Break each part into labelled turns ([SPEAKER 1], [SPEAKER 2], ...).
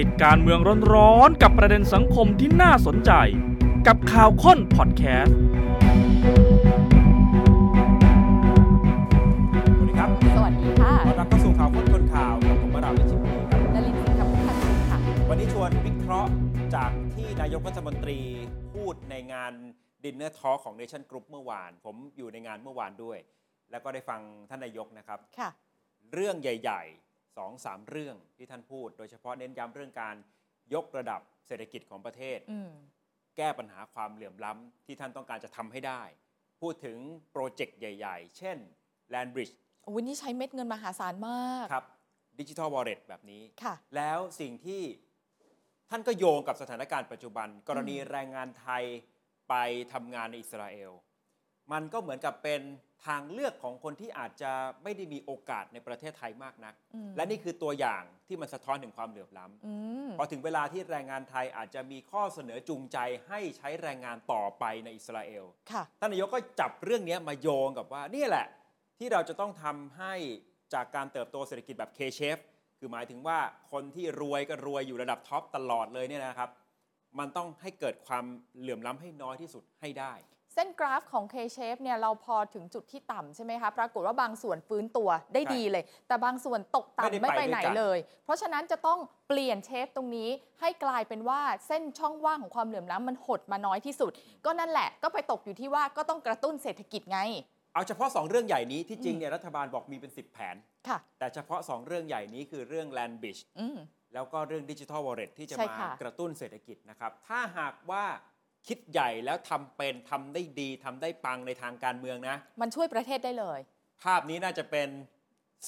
[SPEAKER 1] ติดการเมืองร้อนๆกับประเด็นสังคมที่น่าสนใจ กับข่าวค้นพอดแคสต์
[SPEAKER 2] สวัสดีครับ
[SPEAKER 3] สวัสดีค่ะ
[SPEAKER 2] ขอรับเข้าสู่ข่าวค้นคนข่าวกับผมวราวิชิตบุรีครับ
[SPEAKER 3] ดลินสิงห์กับพุทธคุณค่ะ
[SPEAKER 2] วันนี้ชวนวิเคราะห์จากที่นายกรัฐมนตรีพูดในงานดินเนอร์ทอของเนชั่นกรุ๊ปเมื่อวาน ผมอยู่ในงานเมื่อวานด้วย แล้วก็ได้ฟังท่านนายกนะครับ
[SPEAKER 3] ค่ะ
[SPEAKER 2] เรื่องใหญ่ๆสองสามเรื่องที่ท่านพูด โดยเฉพาะเน้นย้ำเรื่องการยกระดับเศรษฐกิจของประเทศ
[SPEAKER 3] อืม
[SPEAKER 2] แก้ปัญหาความเหลื่อมล้ำที่ท่านต้องการจะทำให้ได้ พูดถึงโปรเจกต์ใหญ่ ๆ เช่น Land Bridge
[SPEAKER 3] โอ้ยนี่ใช้เม็ดเงินมหาศาลมาก
[SPEAKER 2] ครับ Digital Wallet แบบนี้
[SPEAKER 3] ค่ะ
[SPEAKER 2] แล้วสิ่งที่ท่านก็โยงกับสถานการณ์ปัจจุบัน กรณีแรงงานไทยไปทำงานในอิสราเอล มันก็เหมือนกับเป็นทางเลือกของคนที่อาจจะไม่ได้มีโอกาสในประเทศไทยมากนัก
[SPEAKER 3] อืม
[SPEAKER 2] และนี่คือตัวอย่างที่มันสะท้อนถึงความเหลื่อมล้
[SPEAKER 3] อืม
[SPEAKER 2] ำพอถึงเวลาที่แรงงานไทยอาจจะมีข้อเสนอจูงใจให้ใช้แรงงานต่อไปในอิสราเอล
[SPEAKER 3] ค่ะ
[SPEAKER 2] ท่านนายกก็จับเรื่องนี้มาโยงกับว่านี่แหละ ที่เราจะต้องทำให้จากการเติบโตเศรษฐกิจแบบ K-shape คือหมายถึงว่าคนที่รวยก็รวยอยู่ระดับท็อปตลอดเลยเนี่ยนะครับ มันต้องให้เกิดความเหลื่อมล้ำให้น้อยที่สุดให้ได้
[SPEAKER 3] เส้นกราฟของ K-shape เนี่ยเราพอถึงจุดที่ต่ำใช่ไหมคะ ปรากฏว่าบางส่วนฟื้นตัวได้
[SPEAKER 2] ใช่
[SPEAKER 3] ดีเลย แต่บางส่วนตก
[SPEAKER 2] ไม่ได้
[SPEAKER 3] ต่ำไม่
[SPEAKER 2] ไป
[SPEAKER 3] ไป
[SPEAKER 2] ด้วย
[SPEAKER 3] ไหน
[SPEAKER 2] กัน
[SPEAKER 3] เลย เพราะฉะนั้นจะต้องเปลี่ยนเชฟตรงนี้ให้กลายเป็นว่าเส้นช่องว่างของความเหลื่อมล้ำมันหดมาน้อยที่สุด ก็นั่นแหละ ก็ไปตกอยู่ที่ว่าก็ต้องกระตุ้นเศรษฐกิจไง
[SPEAKER 2] เอาเฉพาะ 2 เรื่องใหญ่นี้ที่จริงเนี่ยรัฐบาลบอกมีเป็น 10 แผน
[SPEAKER 3] ค่ะ
[SPEAKER 2] แต่เฉพาะ 2 เรื่องใหญ่นี้คือเรื่อง Land Bridge
[SPEAKER 3] อืม
[SPEAKER 2] แล้วก็เรื่องดิจิทัลวอลเล็ตที่จะ
[SPEAKER 3] ใช่
[SPEAKER 2] มา
[SPEAKER 3] ค่ะ
[SPEAKER 2] กระตุ้นเศรษฐกิจนะครับ ถ้าหากว่าคิดใหญ่แล้วทำเป็นทำได้ดีทำได้ปังในทางการเมืองนะ
[SPEAKER 3] มันช่วยประเทศได้เลย
[SPEAKER 2] ภาพนี้น่าจะเป็น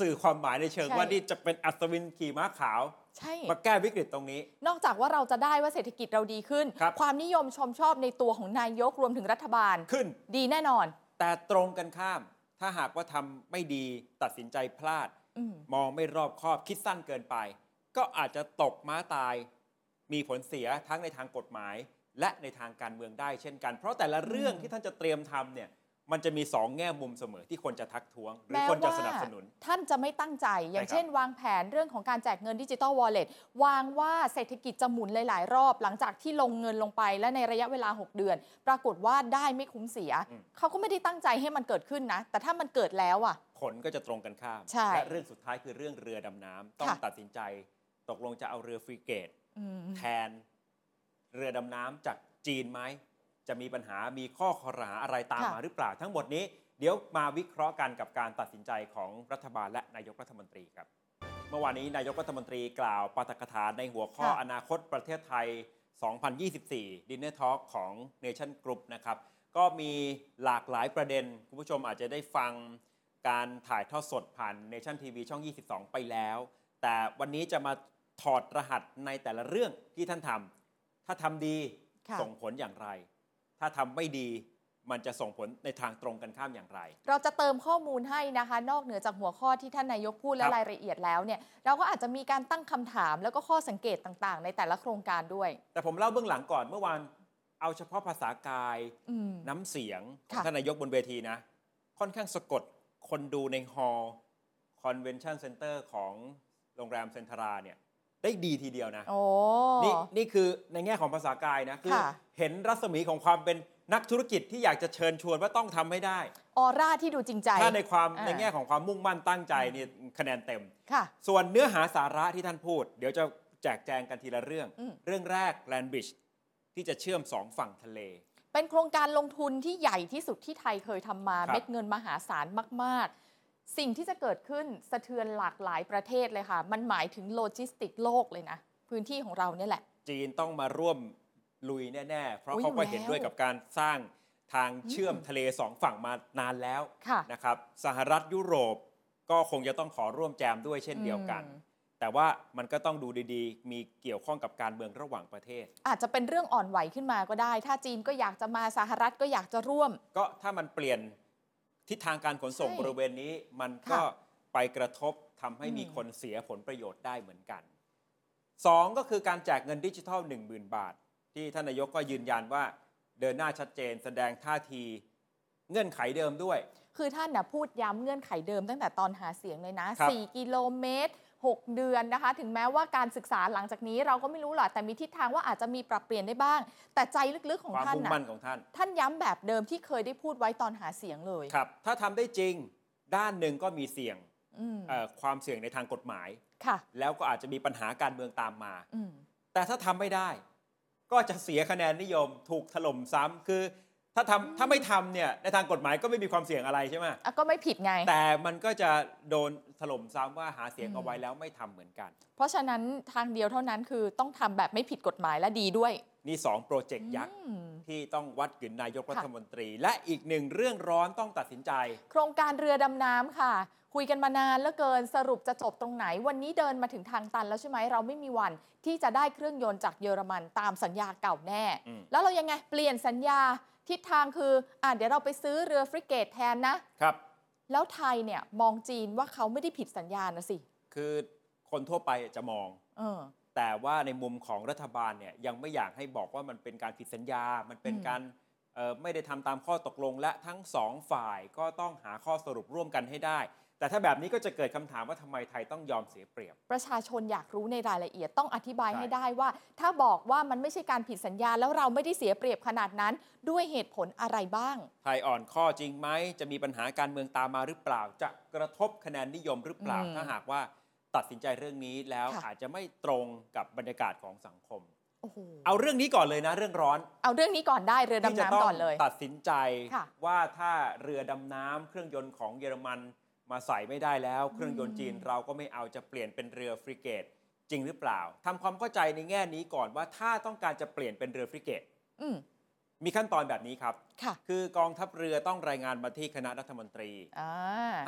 [SPEAKER 2] สื่อความหมายในเชิง
[SPEAKER 3] ใช่
[SPEAKER 2] ว่านี่จะเป็นอัศวินขี่ม้าขาว
[SPEAKER 3] ใช่
[SPEAKER 2] มาแก้วิกฤตตรงนี้
[SPEAKER 3] นอกจากว่าเราจะได้ว่าเศรษฐกิจเราดีขึ้น
[SPEAKER 2] ครับ
[SPEAKER 3] ความนิยมชมชอบในตัวของนายกรวมถึงรัฐบาล
[SPEAKER 2] ขึ้น
[SPEAKER 3] ดีแน่นอน
[SPEAKER 2] แต่ตรงกันข้าม ถ้าหากว่าทำไม่ดีตัดสินใจพลาด
[SPEAKER 3] อืม
[SPEAKER 2] มองไม่รอบคอบคิดสั้นเกินไป ก็อาจจะตกม้าตาย มีผลเสียทั้งในทางกฎหมาย และในทางการเมืองได้เช่นกัน เพราะแต่ละเรื่องที่ท่านจะเตรียมทำเนี่ยมันจะมีสองแง่มุมเสมอที่คนจะทักท้วง หรือคนจะสนับสนุน
[SPEAKER 3] ท่านจะไม่ตั้งใจ อย่างเช่น วางแผนเรื่องของการแจกเงินดิจิ t a ลวอลเล็ตวางว่าเศรษฐกิจจะหมุนหลาย ๆ รอบ หลังจากที่ลงเงินลงไปและในระยะเวลา 6 เดือน ปรากฏว่าได้ไม่คุ้มเสีย
[SPEAKER 2] อืม
[SPEAKER 3] เขาก็ไม่ได้ตั้งใจให้มันเกิดขึ้นนะ แต่ถ้ามันเกิดแล้วอ่ะ
[SPEAKER 2] ผลก็จะตรงกันข้าม
[SPEAKER 3] ใช่
[SPEAKER 2] และเรื่องสุดท้ายคือเรื่องเรือดำน้ำต้อง
[SPEAKER 3] ค่ะ
[SPEAKER 2] ตัดสินใจ ตกลงจะเอาเรือฟริเกต
[SPEAKER 3] อืม
[SPEAKER 2] แทนเรือดำน้ำจากจีนไหม จะมีปัญหามีข้อคอรหาอะไรตาม
[SPEAKER 3] ค่ะ
[SPEAKER 2] มาหรือเปล่า ทั้งหมดนี้ เดี๋ยวมาวิเคราะห์กันกับการตัดสินใจของรัฐบาลและนายกรัฐมนตรีครับ เมื่อวานนี้นายกรัฐมนตรีกล่าวปาฐกถาในหัวข้ออนาคตประเทศไทย 2024 Dinner Talk ของ Nation Group นะครับ ก็มีหลากหลายประเด็น คุณผู้ชมอาจจะได้ฟังการถ่ายทอดสดผ่าน Nation TV ช่อง 22 ไปแล้ว แต่วันนี้จะมาถอดรหัสในแต่ละเรื่องที่ท่านทำ ถ้าทำดี
[SPEAKER 3] ค่ะ
[SPEAKER 2] ส่งผลอย่างไร ถ้าทำไม่ดีมันจะส่งผลในทางตรงกันข้ามอย่างไร
[SPEAKER 3] เราจะเติมข้อมูลให้นะคะ นอกเหนือจากหัวข้อที่ท่านนายกพูดและ
[SPEAKER 2] ครับ
[SPEAKER 3] รายละเอียดแล้วเนี่ย เราก็อาจจะมีการตั้งคำถามแล้วก็ข้อสังเกตต่างๆ ในแต่ละโครงการด้วย
[SPEAKER 2] แต่ผมเล่าเบื้องหลังก่อนเมื่อวานเอาเฉพาะภาษากาย
[SPEAKER 3] อืม
[SPEAKER 2] น้ำเสียงของ
[SPEAKER 3] ค่ะ
[SPEAKER 2] ท่านนายกบนเวทีนะ ค่อนข้างสะกดคนดูในฮอลล์ Convention Center ของโรงแรมเซนทราเนี่ย ได้ดีทีเดียวนะ
[SPEAKER 3] โอ้
[SPEAKER 2] นี่นี่คือในแง่ของภาษากายนะ คือ
[SPEAKER 3] ค่ะ
[SPEAKER 2] เห็นรัศมีของความเป็นนักธุรกิจที่อยากจะเชิญชวนว่าต้องทำให้ได้
[SPEAKER 3] ออร่าที่ดูจริงใจ
[SPEAKER 2] ถ้าในความ
[SPEAKER 3] อ่า
[SPEAKER 2] ในแง่ของความมุ่งมั่นตั้งใจนี่คะแนนเต็ม
[SPEAKER 3] ค่ะ
[SPEAKER 2] ส่วนเนื้อหาสาระที่ท่านพูด เดี๋ยวจะแจกแจงกันทีละเรื่อง
[SPEAKER 3] อืม
[SPEAKER 2] เรื่องแรกแลนบิชที่จะเชื่อมสองฝั่งทะเล
[SPEAKER 3] เป็นโครงการลงทุนที่ใหญ่ที่สุดที่ไทยเคยทำมา
[SPEAKER 2] ครับ
[SPEAKER 3] เม็ดเงินมหาศาลมาก ๆ สิ่งที่จะเกิดขึ้นสะเทือนหลากหลายประเทศเลยค่ะ มันหมายถึงโลจิสติกโลกเลยนะ พื้นที่ของเราเนี่ยแหละ
[SPEAKER 2] จีนต้องมาร่วมลุยแน่ ๆ เพราะ
[SPEAKER 3] อุ๊ย
[SPEAKER 2] เขาก็
[SPEAKER 3] อยู่แล้ว
[SPEAKER 2] เห็นด้วยกับการสร้างทางเชื่อม
[SPEAKER 3] อืม
[SPEAKER 2] ทะเลสองฝั่งมานานแล้ว
[SPEAKER 3] ค่ะ
[SPEAKER 2] นะครับ สหรัฐยุโรปก็คงจะต้องขอร่วมแจมด้วยเช่นเดียวกัน
[SPEAKER 3] อืม
[SPEAKER 2] แต่ว่ามันก็ต้องดูดีๆ มีเกี่ยวข้องกับการเมืองระหว่างประเทศ
[SPEAKER 3] อาจจะเป็นเรื่องอ่อนไหวขึ้นมาก็ได้ ถ้าจีนก็อยากจะมาสหรัฐก็อยากจะร่วม
[SPEAKER 2] ก็ถ้ามันเปลี่ยนทิศทางการขนส่ง
[SPEAKER 3] ใช่
[SPEAKER 2] บริเวณนี้ มัน
[SPEAKER 3] ค่ะ
[SPEAKER 2] ก็ไปกระทบทำให้
[SPEAKER 3] อืม
[SPEAKER 2] มีคนเสียผลประโยชน์ได้เหมือนกันสองก็คือการแจกเงินดิจิทัล 10,000 บาท ที่ท่านนายกก็ยืนยันว่าเดินหน้าชัดเจน แสดงท่าที เงื่อนไขเดิมด้วย
[SPEAKER 3] คือท่านนะพูดย้ำเงื่อนไขเดิมตั้งแต่ตอนหาเสียงเลยนะ
[SPEAKER 2] ครับ
[SPEAKER 3] 4 กิโลเมตร 6 เดือนนะคะ ถึงแม้ว่าการศึกษาหลังจากนี้เราก็ไม่รู้หรอกแต่มีทิศทางว่าอาจจะมีปรับเปลี่ยนได้บ้าง แต่ใจลึกๆของ
[SPEAKER 2] ความ
[SPEAKER 3] ท่าน
[SPEAKER 2] มุ่ง
[SPEAKER 3] นะ
[SPEAKER 2] มั่นของท่าน
[SPEAKER 3] ท่านย้ำแบบเดิมที่เคยได้พูดไว้ตอนหาเสียงเลย
[SPEAKER 2] ครับ ถ้าทำได้จริง ด้านหนึ่งก็มีเสี่ยง
[SPEAKER 3] อืม
[SPEAKER 2] เอ่อความเสี่ยงในทางกฎหมาย
[SPEAKER 3] ค่ะ
[SPEAKER 2] แล้วก็อาจจะมีปัญหาการเมืองตามมา
[SPEAKER 3] อืม
[SPEAKER 2] แต่ถ้าทำไม่ได้ ก็จะเสียคะแนนนิยมถูกถล่มซ้ำคือ ถ้าทำถ้าไม่ทำเนี่ยในทางกฎหมายก็ไม่มีความเสี่ยงอะไรใช่ไหม
[SPEAKER 3] อ่ะก็ไม่ผิดไง
[SPEAKER 2] แต่มันก็จะโดนถล่มซ้ำว่าหาเสียง
[SPEAKER 3] อืม
[SPEAKER 2] เอาไว้แล้วไม่ทำเหมือนกัน
[SPEAKER 3] เพราะฉะนั้นทางเดียวเท่านั้นคือต้องทำแบบไม่ผิดกฎหมายและดีด้วย
[SPEAKER 2] นี่ 2 โปรเจกต์ยักษ์
[SPEAKER 3] อืม
[SPEAKER 2] ที่ต้องวัดกึนนายกรัฐ
[SPEAKER 3] ค่ะ
[SPEAKER 2] มนตรี และอีกหนึ่งเรื่องร้อนต้องตัดสินใจ
[SPEAKER 3] โครงการเรือดำน้ำค่ะ คุยกันมานานเหลือเกินสรุปจะจบตรงไหน วันนี้เดินมาถึงทางตันแล้วใช่ไหมเราไม่มีวันที่จะได้เครื่องยนต์จากเยอรมันตามสัญญาเก่าแน่
[SPEAKER 2] อืม
[SPEAKER 3] แล้วเรายังไงเปลี่ยนสัญญาทิศทางคืออ่ะเดี๋ยวเราไปซื้อเรือฟริเกตแทนนะ
[SPEAKER 2] ครับ
[SPEAKER 3] แล้วไทยเนี่ยมองจีนว่าเขาไม่ได้ผิดสัญญานะสิ
[SPEAKER 2] คือคนทั่วไปจะมอง
[SPEAKER 3] เออ
[SPEAKER 2] แต่ว่าในมุมของรัฐบาลเนี่ยยังไม่อยากให้บอกว่ามันเป็นการผิดสัญญา มันเป็น
[SPEAKER 3] อืม
[SPEAKER 2] การเอ่อไม่ได้ทำตามข้อตกลง และทั้งสองฝ่ายก็ต้องหาข้อสรุปร่วมกันให้ได้ แต่ถ้าแบบนี้ก็จะเกิดคำถามว่าทำไมไทยต้องยอมเสียเปรียบ
[SPEAKER 3] ประชาชนอยากรู้ในรายละเอียดต้องอธิบาย
[SPEAKER 2] ใช่
[SPEAKER 3] ให้ได้ว่า ถ้าบอกว่ามันไม่ใช่การผิดสัญญา แล้วเราไม่ได้เสียเปรียบขนาดนั้น ด้วยเหตุผลอะไรบ้าง
[SPEAKER 2] ไทยอ่อนข้อจริงไหมจะมีปัญหาการเมืองตามมาหรือเปล่า จะกระทบคะแนนนิยมหรือเปล่า
[SPEAKER 3] อืม
[SPEAKER 2] ถ้าหากว่าตัดสินใจเรื่องนี้แล้ว
[SPEAKER 3] ค่ะ
[SPEAKER 2] อาจจะไม่ตรงกับบรรยากาศของสังคม
[SPEAKER 3] โอ้โห
[SPEAKER 2] เอาเรื่องนี้ก่อนเลยนะเรื่องร้อน
[SPEAKER 3] เอาเรื่องนี้ก่อนได้เรือ
[SPEAKER 2] ที่
[SPEAKER 3] ดำ
[SPEAKER 2] จะต้
[SPEAKER 3] น้ำก่อนเลย
[SPEAKER 2] ตัดสินใจ
[SPEAKER 3] ค่ะ
[SPEAKER 2] ว่าถ้าเรือดำน้ำเครื่องยนต์ของเยอรมันมาใส่ไม่ได้แล้ว เครื่องยนต์จีนเราก็ไม่เอาจะเปลี่ยนเป็นเรือฟริเกตจริงหรือเปล่าทำความเข้าใจในแง่นี้ก่อนว่าถ้าต้องการจะเปลี่ยนเป็นเรือฟริเกต
[SPEAKER 3] อืม
[SPEAKER 2] มีขั้นตอนแบบนี้ครับ
[SPEAKER 3] ค่ะ
[SPEAKER 2] คือกองทัพเรือต้องรายงานมาที่คณะรัฐมนตรี
[SPEAKER 3] อ่า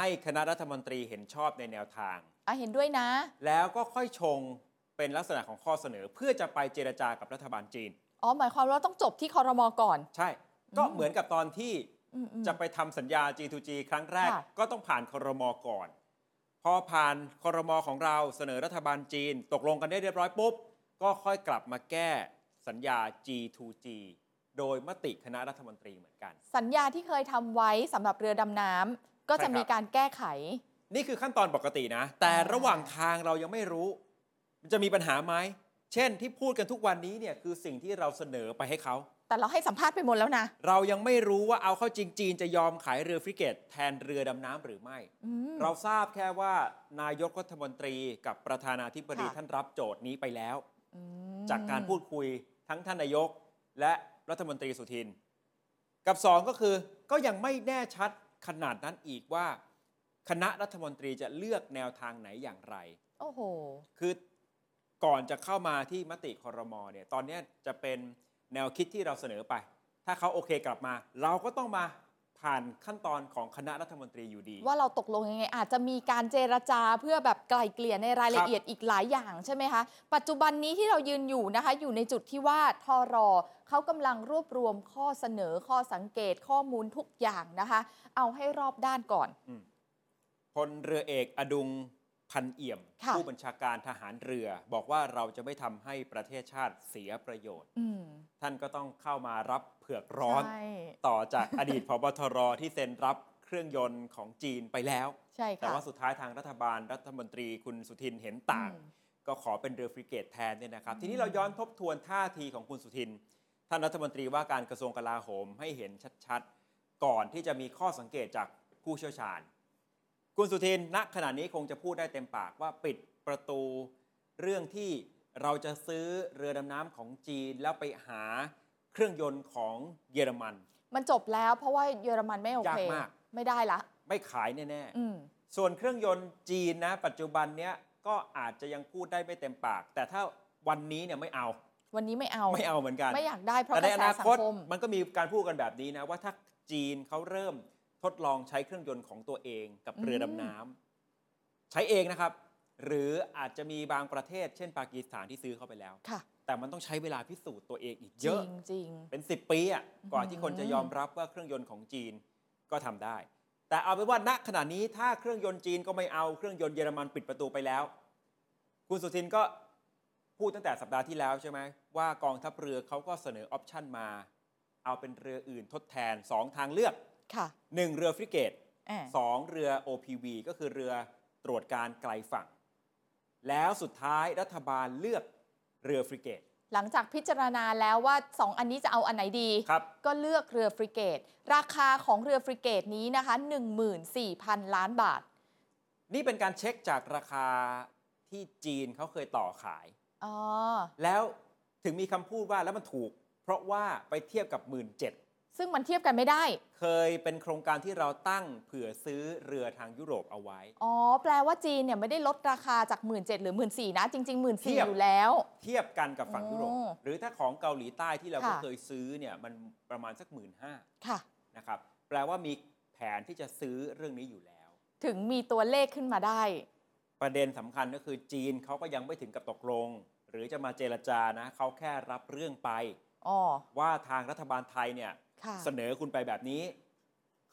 [SPEAKER 2] ให้คณะรัฐมนตรีเห็นชอบในแนวทาง
[SPEAKER 3] อ่ะเห็นด้วยนะ
[SPEAKER 2] แล้วก็ค่อยชงเป็นลักษณะของข้อเสนอ เพื่อจะไปเจรจากับรัฐบาลจีน
[SPEAKER 3] อ๋อ หมายความว่าต้องจบที่คอรมอก่อน
[SPEAKER 2] ใช่ ก็
[SPEAKER 3] อืม
[SPEAKER 2] เหมือนกับตอนที่
[SPEAKER 3] อืมอืม
[SPEAKER 2] จะไปทำสัญญา G2G ครั้งแรก
[SPEAKER 3] ค่ะ
[SPEAKER 2] ก็ต้องผ่านครมก่อน พอผ่านครมของเราเสนอรัฐบาลจีน ตกลงกันได้เรียบร้อยปุ๊บ ก็ค่อยกลับมาแก้สัญญา G2G โดยมติคณะรัฐมนตรีเหมือนกัน
[SPEAKER 3] สัญญาที่เคยทำไว้สำหรับเรือดำน้ำก็จะ
[SPEAKER 2] ใช่ครับ
[SPEAKER 3] มีการแก้ไข
[SPEAKER 2] นี่คือขั้นตอนปกตินะ แต่ระหว่างทางเรายังไม่รู้ มันจะมีปัญหาไหม เช่นที่พูดกันทุกวันนี้เนี่ยคือสิ่งที่เราเสนอไปให้เขา
[SPEAKER 3] แต่เราให้สัมภาษณ์ไปหมดแล้วนะ
[SPEAKER 2] เรายังไม่รู้ว่าเอาเข้าจริงจีนจะยอมขายเรือฟริเกตแทนเรือดำน้ำหรือไม่
[SPEAKER 3] อืม
[SPEAKER 2] เราทราบแค่ว่านายกรัฐมนตรีกับประธานาธิบดี
[SPEAKER 3] ค่ะ
[SPEAKER 2] ท่านรับโจทย์นี้ไปแล้ว
[SPEAKER 3] อืม
[SPEAKER 2] จากการพูดคุยทั้งท่านนายกและรัฐมนตรีสุทิน กับสองก็คือก็ยังไม่แน่ชัดขนาดนั้นอีกว่า คณะรัฐมนตรีจะเลือกแนวทางไหนอย่างไร
[SPEAKER 3] โอ้โห
[SPEAKER 2] คือก่อนจะเข้ามาที่มติคอรมอเนี่ยตอนเนี้ยจะเป็นแนวคิดที่เราเสนอไป ถ้าเขาโอเคกลับมา เราก็ต้องมาผ่านขั้นตอนของคณะรัฐมนตรีอยู่ดี
[SPEAKER 3] ว่าเราตกลงยังไง อาจจะมีการเจรจาเพื่อแบบไกล่เกลี่ยในรายละเอียดอีกหลายอย่างใช่ไหมคะ ปัจจุบันนี้ที่เรายืนอยู่นะคะ อยู่ในจุดที่ว่าทอรอเขากำลังรวบรวมข้อเสนอข้อสังเกตข้อมูลทุกอย่างนะคะ เอาให้รอบด้านก่อน
[SPEAKER 2] พลเรือเอกอดุงพันเอี่ยม
[SPEAKER 3] ค่ะ
[SPEAKER 2] ผู้บัญชาการทหารเรือ บอกว่าเราจะไม่ทำให้ประเทศชาติเสียประโยชน์
[SPEAKER 3] อืม
[SPEAKER 2] ท่านก็ต้องเข้ามารับเผือกร้อน
[SPEAKER 3] ใช่
[SPEAKER 2] ต่อจาก อดีตพบทรที่เซ็นรับเครื่องยนต์ของจีนไปแล้ว
[SPEAKER 3] ใช่
[SPEAKER 2] แต่
[SPEAKER 3] ค่ะ
[SPEAKER 2] ว่าสุดท้ายทางรัฐบาลรัฐมนตรีคุณสุทินเห็นต่าง
[SPEAKER 3] อืม
[SPEAKER 2] ก็ขอเป็นเรือฟริเกตแทนเนี่ยนะครับ
[SPEAKER 3] อืม
[SPEAKER 2] ทีนี้เราย้อนทบทวนท่าทีของคุณสุทิน ท่านรัฐมนตรีว่าการกระทรวงกลาโหมให้เห็นชัดๆ ก่อนที่จะมีข้อสังเกตจากผู้เชี่ยวชาญ คุณสุทินณขณะนี้คงจะพูดได้เต็มปากว่าปิดประตู เรื่องที่เราจะซื้อเรือดำน้ำของจีนแล้วไปหาเครื่องยนต์ของเยอรมัน
[SPEAKER 3] มันจบแล้วเพราะว่าเยอรมันไม่โอเค
[SPEAKER 2] ยากมาก
[SPEAKER 3] ไม่ได้ละ
[SPEAKER 2] ไม่ขายแน่ๆ
[SPEAKER 3] อืม
[SPEAKER 2] ส่วนเครื่องยนต์จีนนะ ปัจจุบันเนี้ยก็อาจจะยังพูดได้ไม่เต็มปาก แต่ถ้าวันนี้เนี่ยไม่เอา
[SPEAKER 3] วันนี้ไม่เอา
[SPEAKER 2] ไม่เอาเหมือนกัน
[SPEAKER 3] ไม่อยากได้เพราะ
[SPEAKER 2] แต่ใน
[SPEAKER 3] กระ
[SPEAKER 2] อ
[SPEAKER 3] แส
[SPEAKER 2] นา
[SPEAKER 3] สั
[SPEAKER 2] ค
[SPEAKER 3] ง
[SPEAKER 2] ต
[SPEAKER 3] คม
[SPEAKER 2] มันก็มีการพูดกันแบบนี้นะ ว่าถ้าจีนเขาเริ่มทดลองใช้เครื่องยนต์ของตัวเองกับเรือ
[SPEAKER 3] ม
[SPEAKER 2] ดำน้ำใช้เองนะครับ หรืออาจจะมีบางประเทศ เช่น ปากีสถานที่ซื้อเข้าไปแล้ว
[SPEAKER 3] ค่ะ
[SPEAKER 2] แต่มันต้องใช้เวลาพิสูจน์ตัวเองอีก
[SPEAKER 3] จ
[SPEAKER 2] เย
[SPEAKER 3] ริ
[SPEAKER 2] อะ
[SPEAKER 3] งจริง
[SPEAKER 2] เป็น 10 ปีอ่ะกว่า
[SPEAKER 3] อืม
[SPEAKER 2] ที่คนจะยอมรับว่าเครื่องยนต์ของจีนก็ทำได้ แต่เอาเป็นว่าณขณะนี้ถ้าเครื่องยนต์จีนก็ไม่เอาเครื่องยนต์เยอรมันปิดประตูไปแล้ว คุณสุทินก็พูดตั้งแต่สัปดาห์ที่แล้วใช่ไหมว่ากองทัพเรือเขาก็เสนอออปชันมา เอาเป็นเรืออื่นทดแทน 2 ทางเลือก
[SPEAKER 3] ค่ะ
[SPEAKER 2] 1 เรือฟริเกต
[SPEAKER 3] อ่า
[SPEAKER 2] สองเรือ OPV ก็คือเรือตรวจการไกลฝั่ง แล้วสุดท้ายรัฐบาลเลือกเรือฟริเกต
[SPEAKER 3] หลังจากพิจารณาแล้วว่า 2 อันนี้จะเอาอันไหนดี
[SPEAKER 2] ครับ
[SPEAKER 3] ก็เลือกเรือฟริเกต ราคาของเรือฟริเกตนี้นะคะ 14,000 ล้านบาท
[SPEAKER 2] นี่เป็นการเช็คจากราคาที่จีนเขาเคยต่อขาย
[SPEAKER 3] อ๋อ
[SPEAKER 2] แล้วถึงมีคำพูดว่าแล้วมันถูก เพราะว่าไปเทียบกับ 1 7ื่น
[SPEAKER 3] ซึ่งมันเทียบกันไม่ได้
[SPEAKER 2] เคยเป็นโครงการที่เราตั้งเผื่อซื้อเรือทางยุโรปเอาไว้
[SPEAKER 3] อ๋อ แปลว่าจีนเนี่ยไม่ได้ลดราคาจาก 17,000หรือ 14,000 นะ จริง ๆ
[SPEAKER 2] เที
[SPEAKER 3] 14,000
[SPEAKER 2] ยบ
[SPEAKER 3] อยู่แล้ว
[SPEAKER 2] เทียบกันกับฝั่งยุโรป
[SPEAKER 3] อ๋อ
[SPEAKER 2] หรือถ้าของเกาหลีใต้ที่เราก็
[SPEAKER 3] ค่ะ
[SPEAKER 2] เคยซื้อเนี่ยมันประมาณสักหมื่นห้า
[SPEAKER 3] ค่ะ
[SPEAKER 2] นะครับแปลว่ามีแผนที่จะซื้อเรื่องนี้อยู่แล้ว
[SPEAKER 3] ถึงมีตัวเลขขึ้นมาได้
[SPEAKER 2] ประเด็นสำคัญก็คือจีนเขาก็ยังไม่ถึงกับตกลง หรือจะมาเจรจานะเขาแค่รับเรื่องไป
[SPEAKER 3] อ๋อ
[SPEAKER 2] ว่าทางรัฐบาลไทยเนี่ย
[SPEAKER 3] ค่ะ
[SPEAKER 2] เสนอคุณไปแบบนี้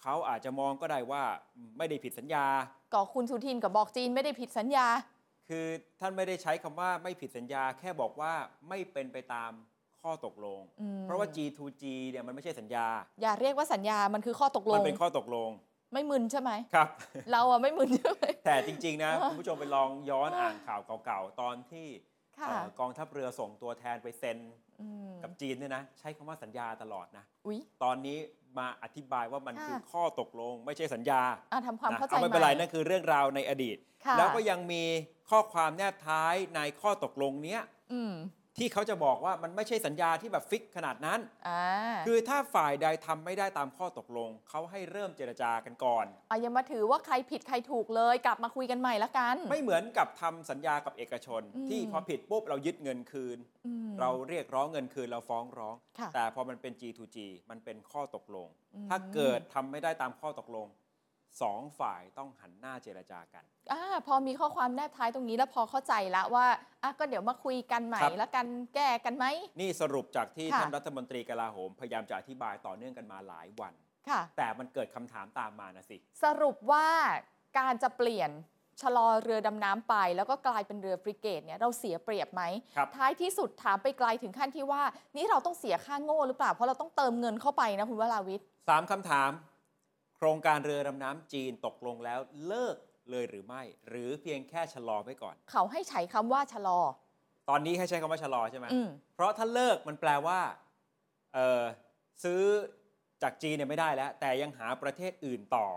[SPEAKER 2] เขาอาจจะมองก็ได้ว่าไม่ได้ผิดสัญญา
[SPEAKER 3] ก็คุณสุทินกับบอกจีนไม่ได้ผิดสัญญา
[SPEAKER 2] คือท่านไม่ได้ใช้คำว่าไม่ผิดสัญญา แค่บอกว่าไม่เป็นไปตามข้อตกลง
[SPEAKER 3] อืม
[SPEAKER 2] เพราะว่า G2G เนี่ยมันไม่ใช่สัญญา
[SPEAKER 3] อย่าเรียกว่าสัญญา มันคือข้อตกล
[SPEAKER 2] มั
[SPEAKER 3] ง
[SPEAKER 2] เป็นข้อตกลง
[SPEAKER 3] ไม่มึนใช่ไหม
[SPEAKER 2] ครับ
[SPEAKER 3] เราอะไม่มึนใช่ไหม
[SPEAKER 2] แต่จริง ๆ นะ
[SPEAKER 3] เออ
[SPEAKER 2] คุณผู้ชมไปลองย้อนอ่านข่าวเก่าๆ ตอนที่
[SPEAKER 3] ค่ะ
[SPEAKER 2] เอ่อกองทัพเรือส่งตัวแทนไปเซ็น
[SPEAKER 3] อืม
[SPEAKER 2] กับจีนเนี่ยนะใช้คำว่าสัญญาตลอดนะ
[SPEAKER 3] อุ๊ย
[SPEAKER 2] ตอนนี้มาอธิบายว่ามัน
[SPEAKER 3] ค่ะ
[SPEAKER 2] คือข้อตกลง ไม่ใช่สัญญา
[SPEAKER 3] อ่ะทำความ
[SPEAKER 2] นะ
[SPEAKER 3] เข้าใจ
[SPEAKER 2] เอาไม่เป็นไร
[SPEAKER 3] ใหม่
[SPEAKER 2] นั่นคือเรื่องราวในอดีต
[SPEAKER 3] ค่ะ
[SPEAKER 2] แล้วก็ยังมีข้อความแนบท้ายในข้อตกลงเนี้ย
[SPEAKER 3] อืม
[SPEAKER 2] ที่เขาจะบอกว่ามันไม่ใช่สัญญาที่แบบฟิกขนาดนั้น
[SPEAKER 3] อ่า
[SPEAKER 2] คือถ้าฝ่ายใดทำไม่ได้ตามข้อตกลง เขาให้เริ่มเจรจากันก่อน
[SPEAKER 3] เอาอย่ามาถือว่าใครผิดใครถูกเลย กลับมาคุยกันใหม่ละกัน
[SPEAKER 2] ไม่เหมือนกับทำสัญญากับเอกชน
[SPEAKER 3] อืม
[SPEAKER 2] ที่พอผิดปุ๊บเรายึดเงินคืน
[SPEAKER 3] อืม
[SPEAKER 2] เราเรียกร้องเงินคืนเราฟ้องร้อง
[SPEAKER 3] ค่ะ
[SPEAKER 2] แต่พอมันเป็น G2G มันเป็นข้อตกลง
[SPEAKER 3] อืม
[SPEAKER 2] ถ้าเกิดทำไม่ได้ตามข้อตกลงสองฝ่ายต้องหันหน้าเจรจากัน
[SPEAKER 3] อ่าพอมีข้อความแนบท้ายตรงนี้แล้วพอเข้าใจละว่าอ่ะก็เดี๋ยวมาคุยกันใหม่
[SPEAKER 2] ครับ
[SPEAKER 3] ละกันแก้กันไหม
[SPEAKER 2] นี่สรุปจากที่
[SPEAKER 3] ค่ะ
[SPEAKER 2] ท่านรัฐมนตรีกลาโหม พยายามจะอธิบายต่อเนื่องกันมาหลายวัน
[SPEAKER 3] ค่ะ
[SPEAKER 2] แต่มันเกิดคำถามตามมานะสิ
[SPEAKER 3] สรุปว่าการจะเปลี่ยนชะลอเรือดำน้ำไป แล้วก็กลายเป็นเรือฟริเกตเนี่ยเราเสียเปรียบไหม
[SPEAKER 2] ครับ
[SPEAKER 3] ท้ายที่สุดถามไปไกลถึงขั้นที่ว่า นี่เราต้องเสียค่าโง่หรือเปล่า เพราะเราต้องเติมเงินเข้าไปนะคุณวราวิทย์
[SPEAKER 2] สามคำถาม โครงการเรือดำน้ำจีนตกลงแล้วเลิกเลยหรือไม่ หรือเพียงแค่ชะลอไว้ก่อน
[SPEAKER 3] เขาให้ใช้คำว่าชะลอ
[SPEAKER 2] ตอนนี้ให้ใช้คำว่าชะลอใช่ไหม
[SPEAKER 3] อืม
[SPEAKER 2] เพราะถ้าเลิกมันแปลว่าเอ่อซื้อจากจีนเนี่ยไม่ได้แล้ว แต่ยังหาประเทศอื่นต่อ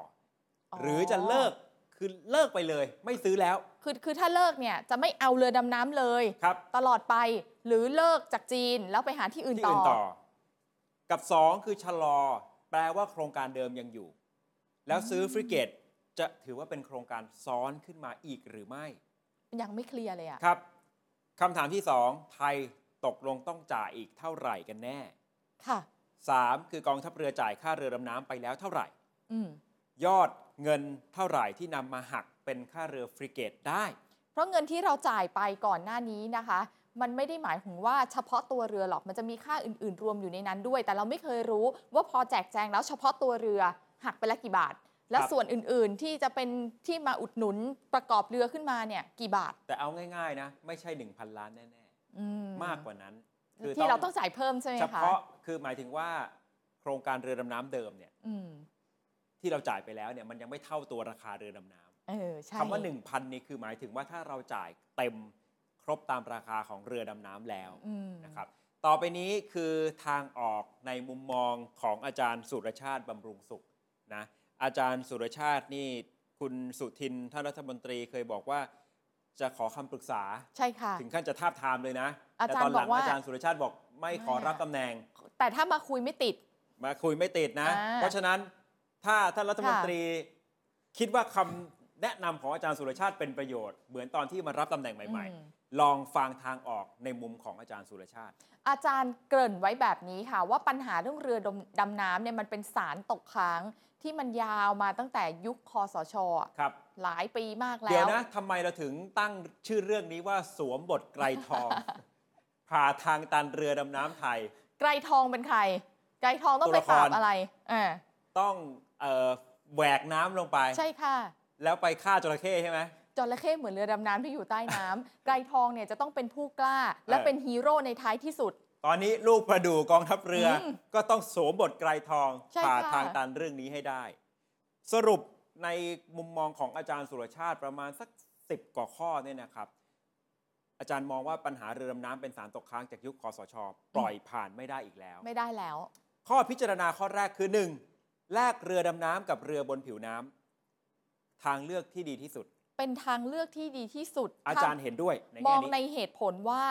[SPEAKER 2] อ
[SPEAKER 3] อ
[SPEAKER 2] หรือจะเลิกคือเลิกไปเลย ไม่ซื้อแล้ว
[SPEAKER 3] คือคือถ้าเลิกเนี่ยจะไม่เอาเรือดำน้ำเลย
[SPEAKER 2] ครับ
[SPEAKER 3] ตลอดไปหรือเลิกจากจีนแล้วไปหาที่อื่น
[SPEAKER 2] ที่
[SPEAKER 3] ต่อ
[SPEAKER 2] อื่นต่อ กับ 2 คือชะลอ แปลว่าโครงการเดิมยังอยู่ แล้วซื้อฟริเกตจะถือว่าเป็นโครงการซ้อนขึ้นมาอีกหรือไม่
[SPEAKER 3] ยังไม่เคลียร์เลยอะ
[SPEAKER 2] ครับคำถามที่ 2 ไทยตกลงต้องจ่ายอีกเท่าไหร่กันแน่
[SPEAKER 3] ค่ะ
[SPEAKER 2] 3. คือกองทัพเรือจ่ายค่าเรือดำน้ำไปแล้วเท่าไหร่
[SPEAKER 3] อืม
[SPEAKER 2] ยอดเงินเท่าไหร่ที่นำมาหักเป็นค่าเรือฟริเกตได้
[SPEAKER 3] เพราะเงินที่เราจ่ายไปก่อนหน้านี้นะคะ มันไม่ได้หมายถึงว่าเฉพาะตัวเรือหรอก มันจะมีค่าอื่น ๆ รวมอยู่ในนั้นด้วย แต่เราไม่เคยรู้ว่าพอแจกแจงแล้วเฉพาะตัวเรือหักไปละกี่บาท และ
[SPEAKER 2] ครับ
[SPEAKER 3] ส่วนอื่นๆที่จะเป็นที่มาอุดหนุนประกอบเรือขึ้นมาเนี่ยกี่บาท
[SPEAKER 2] แต่เอาง่ายๆนะ ไม่ใช่ 1,000 ล้านแน่
[SPEAKER 3] อื
[SPEAKER 2] ๆ มากกว่านั้น
[SPEAKER 3] ที่เราต้องจ่ายเพิ่มใช่ไหม
[SPEAKER 2] เฉ
[SPEAKER 3] คะ
[SPEAKER 2] พาะคือหมายถึงว่าโครงการเรือดำน้ำเดิมเนี่ย
[SPEAKER 3] อืม
[SPEAKER 2] ที่เราจ่ายไปแล้วเนี่ยมันยังไม่เท่าตัวราคาเรือดำน้
[SPEAKER 3] เออใช่
[SPEAKER 2] ำคำว่า 1,000 นี่คือหมายถึงว่าถ้าเราจ่ายเต็มครบตามราคาของเรือดำน้ำแล้ว
[SPEAKER 3] อืม
[SPEAKER 2] นะครับต่อไปนี้คือทางออกในมุมมองของอาจารย์สุรชาติบำรุงสุขนะอาจารย์สุรชาตินี่คุณสุทินท่านรัฐมนตรีเคยบอกว่าจะขอคำปรึกษา
[SPEAKER 3] ใช่ค่ะ
[SPEAKER 2] ถึงขั้นจะทาบทามเลยนะ
[SPEAKER 3] อา
[SPEAKER 2] แต่
[SPEAKER 3] จารย์
[SPEAKER 2] ตอนหลั
[SPEAKER 3] บอกว่า
[SPEAKER 2] อาจารย์สุรชาติบอกไม่ขอ
[SPEAKER 3] ไม่อะ
[SPEAKER 2] รับตำแหน่ง
[SPEAKER 3] แต่ถ้ามาคุยไม่ติด
[SPEAKER 2] มาคุยไม่ติดนะ
[SPEAKER 3] อ่า
[SPEAKER 2] เพราะฉะนั้นถ้าท่านรัฐมนตรี คิดว่าคำแนะนำของอาจารย์สุรชาติเป็นประโยชน์ เหมือนตอนที่มารับตำแหน่งใหม่
[SPEAKER 3] อืม
[SPEAKER 2] ๆ ลองฟังทางออกในมุมของอาจารย์สุรชาติ
[SPEAKER 3] อาจารย์เกริ่นไว้แบบนี้ค่ะ ว่าปัญหาเรื่องเรือดำดำน้ำเนี่ยมันเป็นสารตกค้าง ที่มันยาวมาตั้งแต่ยุคคอสชอ่ะ
[SPEAKER 2] ครับ
[SPEAKER 3] หลายปีมากแล้
[SPEAKER 2] เดี๋ยวนะทำไมเราถึงตั้งชื่อเรื่องนี้ว่าสวมบทไกรท อง ผ่าทางตันเรือดำน้ำไทย
[SPEAKER 3] ไกรทองเป็นใคร ไกรทองต้องไป
[SPEAKER 2] ตัวละค
[SPEAKER 3] ป
[SPEAKER 2] ร
[SPEAKER 3] ราบอะไรอ่า
[SPEAKER 2] ต้องเอ่อแหวกน้ำลงไป
[SPEAKER 3] ใช่ค่ะ
[SPEAKER 2] แล้วไปฆ่าจระเข้ใช่ไหม
[SPEAKER 3] จระเข้เหมือนเรือดำน้ำที่อยู่ใต้น้ำ ไกรทองเนี่ยจะต้องเป็นผู้กล้า และ
[SPEAKER 2] เออ
[SPEAKER 3] เป็นฮีโร่ในท้ายที่สุด
[SPEAKER 2] ตอนนี้ลูกประดูกองทัพเรืออก็ต้องสวมบทไกรทอง
[SPEAKER 3] ใช่
[SPEAKER 2] ผ่า
[SPEAKER 3] ค่ะ
[SPEAKER 2] ทางตันเรื่องนี้ให้ได้ สรุป ในมุมมองของอาจารย์สุรชาติประมาณสักสิบกว่าข้อเนี่ยนะครับ อาจารย์มองว่าปัญหาเรือดำน้ำเป็นสารตกค้างจากยุคคอสช ปล่อยผ่านไม่ได้อีกแล้ว
[SPEAKER 3] ไม่ได้แล้ว
[SPEAKER 2] ข้อพิจารณาข้อแรกคือ 1. แลกเรือดำน้ำกับเรือบนผิวน้ำทางเลือกที่ดีที่สุด
[SPEAKER 3] เป็นทางเลือกที่ดีที่สุด
[SPEAKER 2] อาจารย์
[SPEAKER 3] ถ้
[SPEAKER 2] เห็นด้วยใน
[SPEAKER 3] ม
[SPEAKER 2] แง่
[SPEAKER 3] องใน
[SPEAKER 2] นี้
[SPEAKER 3] เหตุผลว่า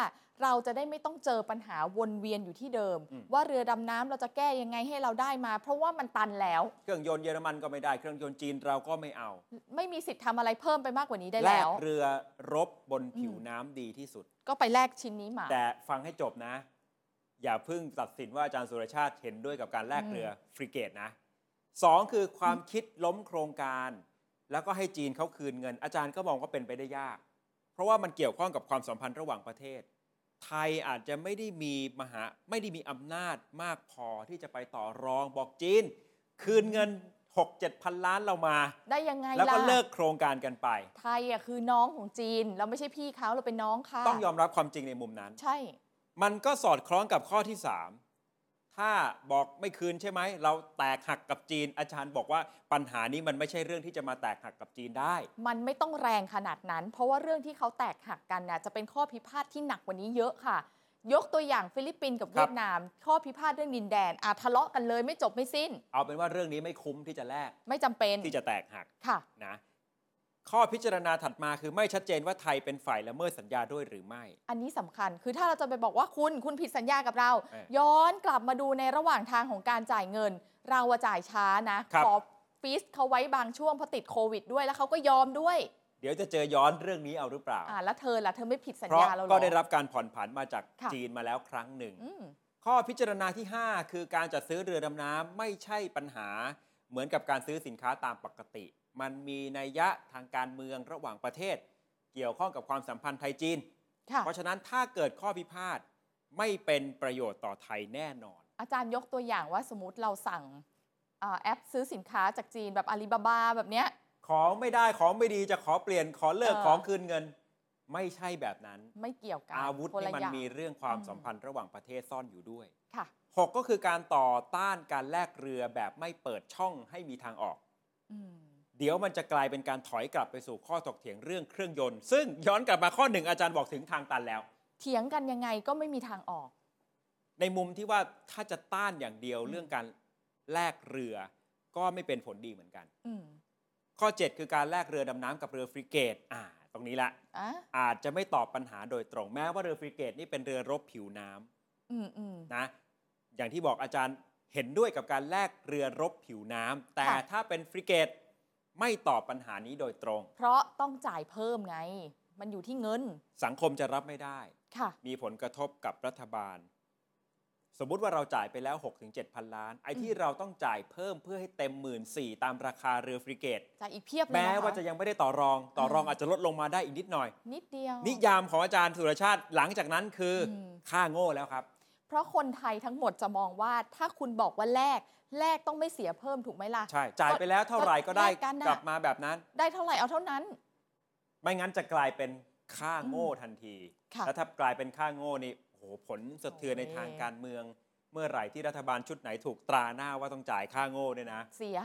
[SPEAKER 3] เราจะได้ไม่ต้องเจอปัญหาวนเวียนอยู่ที่เดิม
[SPEAKER 2] อืม
[SPEAKER 3] ว่าเรือดำน้ำเราจะแก้ยังไงให้เราได้มา เพราะว่ามันตันแล้ว
[SPEAKER 2] เครื่องยนต์เยอรมันก็ไม่ได้ เครื่องยนต์จีนเราก็ไม่เอา
[SPEAKER 3] ไม่มีสิทธิ์ทำอะไรเพิ่มไปมากกว่านี้ได้แล้ว
[SPEAKER 2] กเรือรบบนผิวน้ำดีที่สุด
[SPEAKER 3] ก็ไปแลกชิ้นนี้มา
[SPEAKER 2] แต่ฟังให้จบนะ อย่าเพิ่งตัดสินว่าอาจารย์สุรชาติเห็นด้วยกับการแลก
[SPEAKER 3] อืม
[SPEAKER 2] เรือฟริเกตนะสองคือความคิดล้มโครงการ แล้วก็ให้จีนเขาคืนเงิน อาจารย์ก็มองว่าเป็นไปได้ยาก เพราะว่ามันเกี่ยวข้องกับความสัมพันธ์ระหว่างประเทศ ไทยอาจจะไม่ได้มีมหาไม่ได้มีอำนาจมากพอที่จะไปต่อรองบอกจีน คืนเงิน 6 7พันล้านเรามา
[SPEAKER 3] ได้ยังไง
[SPEAKER 2] แล้ว
[SPEAKER 3] ล่ะ
[SPEAKER 2] ก็เลิกโครงการกันไป
[SPEAKER 3] ไทยอ่ะคือน้องของจีน เราไม่ใช่พี่เขาเราเป็นน้องค่ะ
[SPEAKER 2] ต้องยอมรับความจริงในมุมนั้น
[SPEAKER 3] ใช่
[SPEAKER 2] มันก็สอดคล้องกับข้อที่ 3 ถ้าบอกไม่คืนใช่ไหม เราแตกหักกับจีน อาจารย์บอกว่าปัญหานี้มันไม่ใช่เรื่องที่จะมาแตกหักกับจีนได้
[SPEAKER 3] มันไม่ต้องแรงขนาดนั้น เพราะว่าเรื่องที่เขาแตกหักกันนะจะเป็นข้อพิพาทที่หนักกว่านี้เยอะค่ะ ยกตัวอย่างฟิลิปปินส์กับ
[SPEAKER 2] ครับ
[SPEAKER 3] เวียดนาม ข้อพิพาทเรื่องดินแดนอาทะเลาะกันเลยไม่จบไม่สิ้น
[SPEAKER 2] เอาเป็นว่าเรื่องนี้ไม่คุ้มที่จะแลก
[SPEAKER 3] ไม่จำเป็น
[SPEAKER 2] ที่จะแตกหัก
[SPEAKER 3] ค่ะ
[SPEAKER 2] นะข้อพิจารณาถัดมาคือไม่ชัดเจนว่าไทยเป็นฝ่ายละเมิดสัญญาด้วยหรือไม่
[SPEAKER 3] อันนี้สำคัญคือถ้าเราจะไปบอกว่าคุณคุณผิดสัญญากับเรา
[SPEAKER 2] เออ
[SPEAKER 3] ย้อนกลับมาดูในระหว่างทางของการจ่ายเงิน เราอะจ่ายช้านะครับ ขอฟีสเขาไว้บางช่วงเพราะติดโควิดด้วยแล้วเขาก็ยอมด้วย
[SPEAKER 2] เดี๋ยวจะเจอย้อนเรื่องนี้เอาหรือเปล่า
[SPEAKER 3] อ่าแล้วเธอล่ะเธอไม่ผิดสัญ
[SPEAKER 2] เพราะ
[SPEAKER 3] ญาเราเหรอ
[SPEAKER 2] ก็ได้รับการผ่อนผันมาจาก
[SPEAKER 3] ค่ะ
[SPEAKER 2] จีนมาแล้วครั้งหนึ่ง
[SPEAKER 3] อืม
[SPEAKER 2] ข้อพิจารณาที่ 5 คือการจัดซื้อเรือดำน้ำไม่ใช่ปัญหา เหมือนกับการซื้อสินค้าตามปกติ มันมีนัยยะทางการเมืองระหว่างประเทศ เกี่ยวข้องกับความสัมพันธ์ไทยจีน
[SPEAKER 3] ค่ะ
[SPEAKER 2] เพราะฉะนั้นถ้าเกิดข้อพิพาทไม่เป็นประโยชน์ต่อไทยแน่นอน
[SPEAKER 3] อาจารย์ยกตัวอย่างว่าสมมติเราสั่งเอ่อแอปซื้อสินค้าจากจีนแบบอาลีบาบาแบบเนี้ย
[SPEAKER 2] ของไม่ได้ของไม่ดีจะขอเปลี่ยนขอเลิก
[SPEAKER 3] เออ
[SPEAKER 2] ของคืนเงิน ไม่ใช่แบบนั้น
[SPEAKER 3] ไม่เกี่ยวกัน
[SPEAKER 2] อาวุธ
[SPEAKER 3] คน
[SPEAKER 2] นี่
[SPEAKER 3] ละ
[SPEAKER 2] มัน
[SPEAKER 3] อย่าง
[SPEAKER 2] มีเรื่องความสัมพันธ์ระหว่างประเทศซ่อนอยู่ด้วย
[SPEAKER 3] ค่ะ
[SPEAKER 2] 6 ก็คือการต่อต้านการแลกเรือแบบไม่เปิดช่องให้มีทางออก
[SPEAKER 3] อืม
[SPEAKER 2] เดี๋ยวมันจะกลายเป็นการถอยกลับไปสู่ข้อถกเถียงเรื่องเครื่องยนต์ ซึ่งย้อนกลับมาข้อหนึ่งอาจารย์บอกถึงทางตันแล้ว
[SPEAKER 3] เถียงกันยังไงก็ไม่มีทางออก
[SPEAKER 2] ในมุมที่ว่าถ้าจะต้านอย่างเดียวเรื่องการแลกเรือ ก็ไม่เป็นผลดีเหมือนกัน
[SPEAKER 3] อืม
[SPEAKER 2] ข้อ 7 คือการแลกเรือดำน้ำกับเรือฟริเกตอ่า ตรงนี้ละ
[SPEAKER 3] อ่ะ
[SPEAKER 2] อาจจะไม่ตอบปัญหาโดยตรงแม้ว่าเรือฟริเกตนี่เป็นเรือรบผิวน้ำ
[SPEAKER 3] อืมอืม
[SPEAKER 2] นะอย่างที่บอกอาจารย์เห็นด้วยกับการแลกเรือรบผิวน้ำแต่
[SPEAKER 3] ค่ะ
[SPEAKER 2] ถ้าเป็นฟริเกตไม่ตอบปัญหานี้โดยตรง
[SPEAKER 3] เพราะต้องจ่ายเพิ่มไง มันอยู่ที่เงิน
[SPEAKER 2] สังคมจะรับไม่ได้
[SPEAKER 3] ค่ะ
[SPEAKER 2] มีผลกระทบกับรัฐบาล สมมุติว่าเราจ่ายไปแล้ว 6-7ถึงพันล้าน ไอ้ที่เราต้องจ่ายเพิ่มเพื่อให้เต็มหมื่นสี่ตามราคาเรือฟริเกต
[SPEAKER 3] จ่ายอีกเพียบเลย
[SPEAKER 2] แม้
[SPEAKER 3] นค
[SPEAKER 2] ว่าจะยังไม่ได้ต่อรอง ต่อรองอาจจะลดลงมาได้อีกนิดหน่อย
[SPEAKER 3] นิดเดียว
[SPEAKER 2] นิยามของอาจารย์สุรชาติหลังจากนั้นคืออ
[SPEAKER 3] ม
[SPEAKER 2] ค่าโง่แล้วครับ
[SPEAKER 3] เพราะคนไทยทั้งหมดจะมองว่าถ้าคุณบอกว่าแลกแลกต้องไม่เสียเพิ่มถูกไหมล่ะ
[SPEAKER 2] ใช่ จ่ายไปแล้วเท่าไหร่ก็ได้
[SPEAKER 3] ก็แลกกันน่ะ
[SPEAKER 2] กลับมาแบบนั้น
[SPEAKER 3] ได้เท่าไหร่เอาเท่านั้น
[SPEAKER 2] ไม่งั้นจะกลายเป็นค่าโง่ทันที
[SPEAKER 3] ค่ะ
[SPEAKER 2] แล้วถ้ากลายเป็นค่าโง่นี่โอ้โหผลสะเทือนในทางการเมือง เมื่อไหร่ที่รัฐบาลชุดไหนถูกตราหน้าว่าต้องจ่ายค่าโง่เนี่ยนะ
[SPEAKER 3] เสีย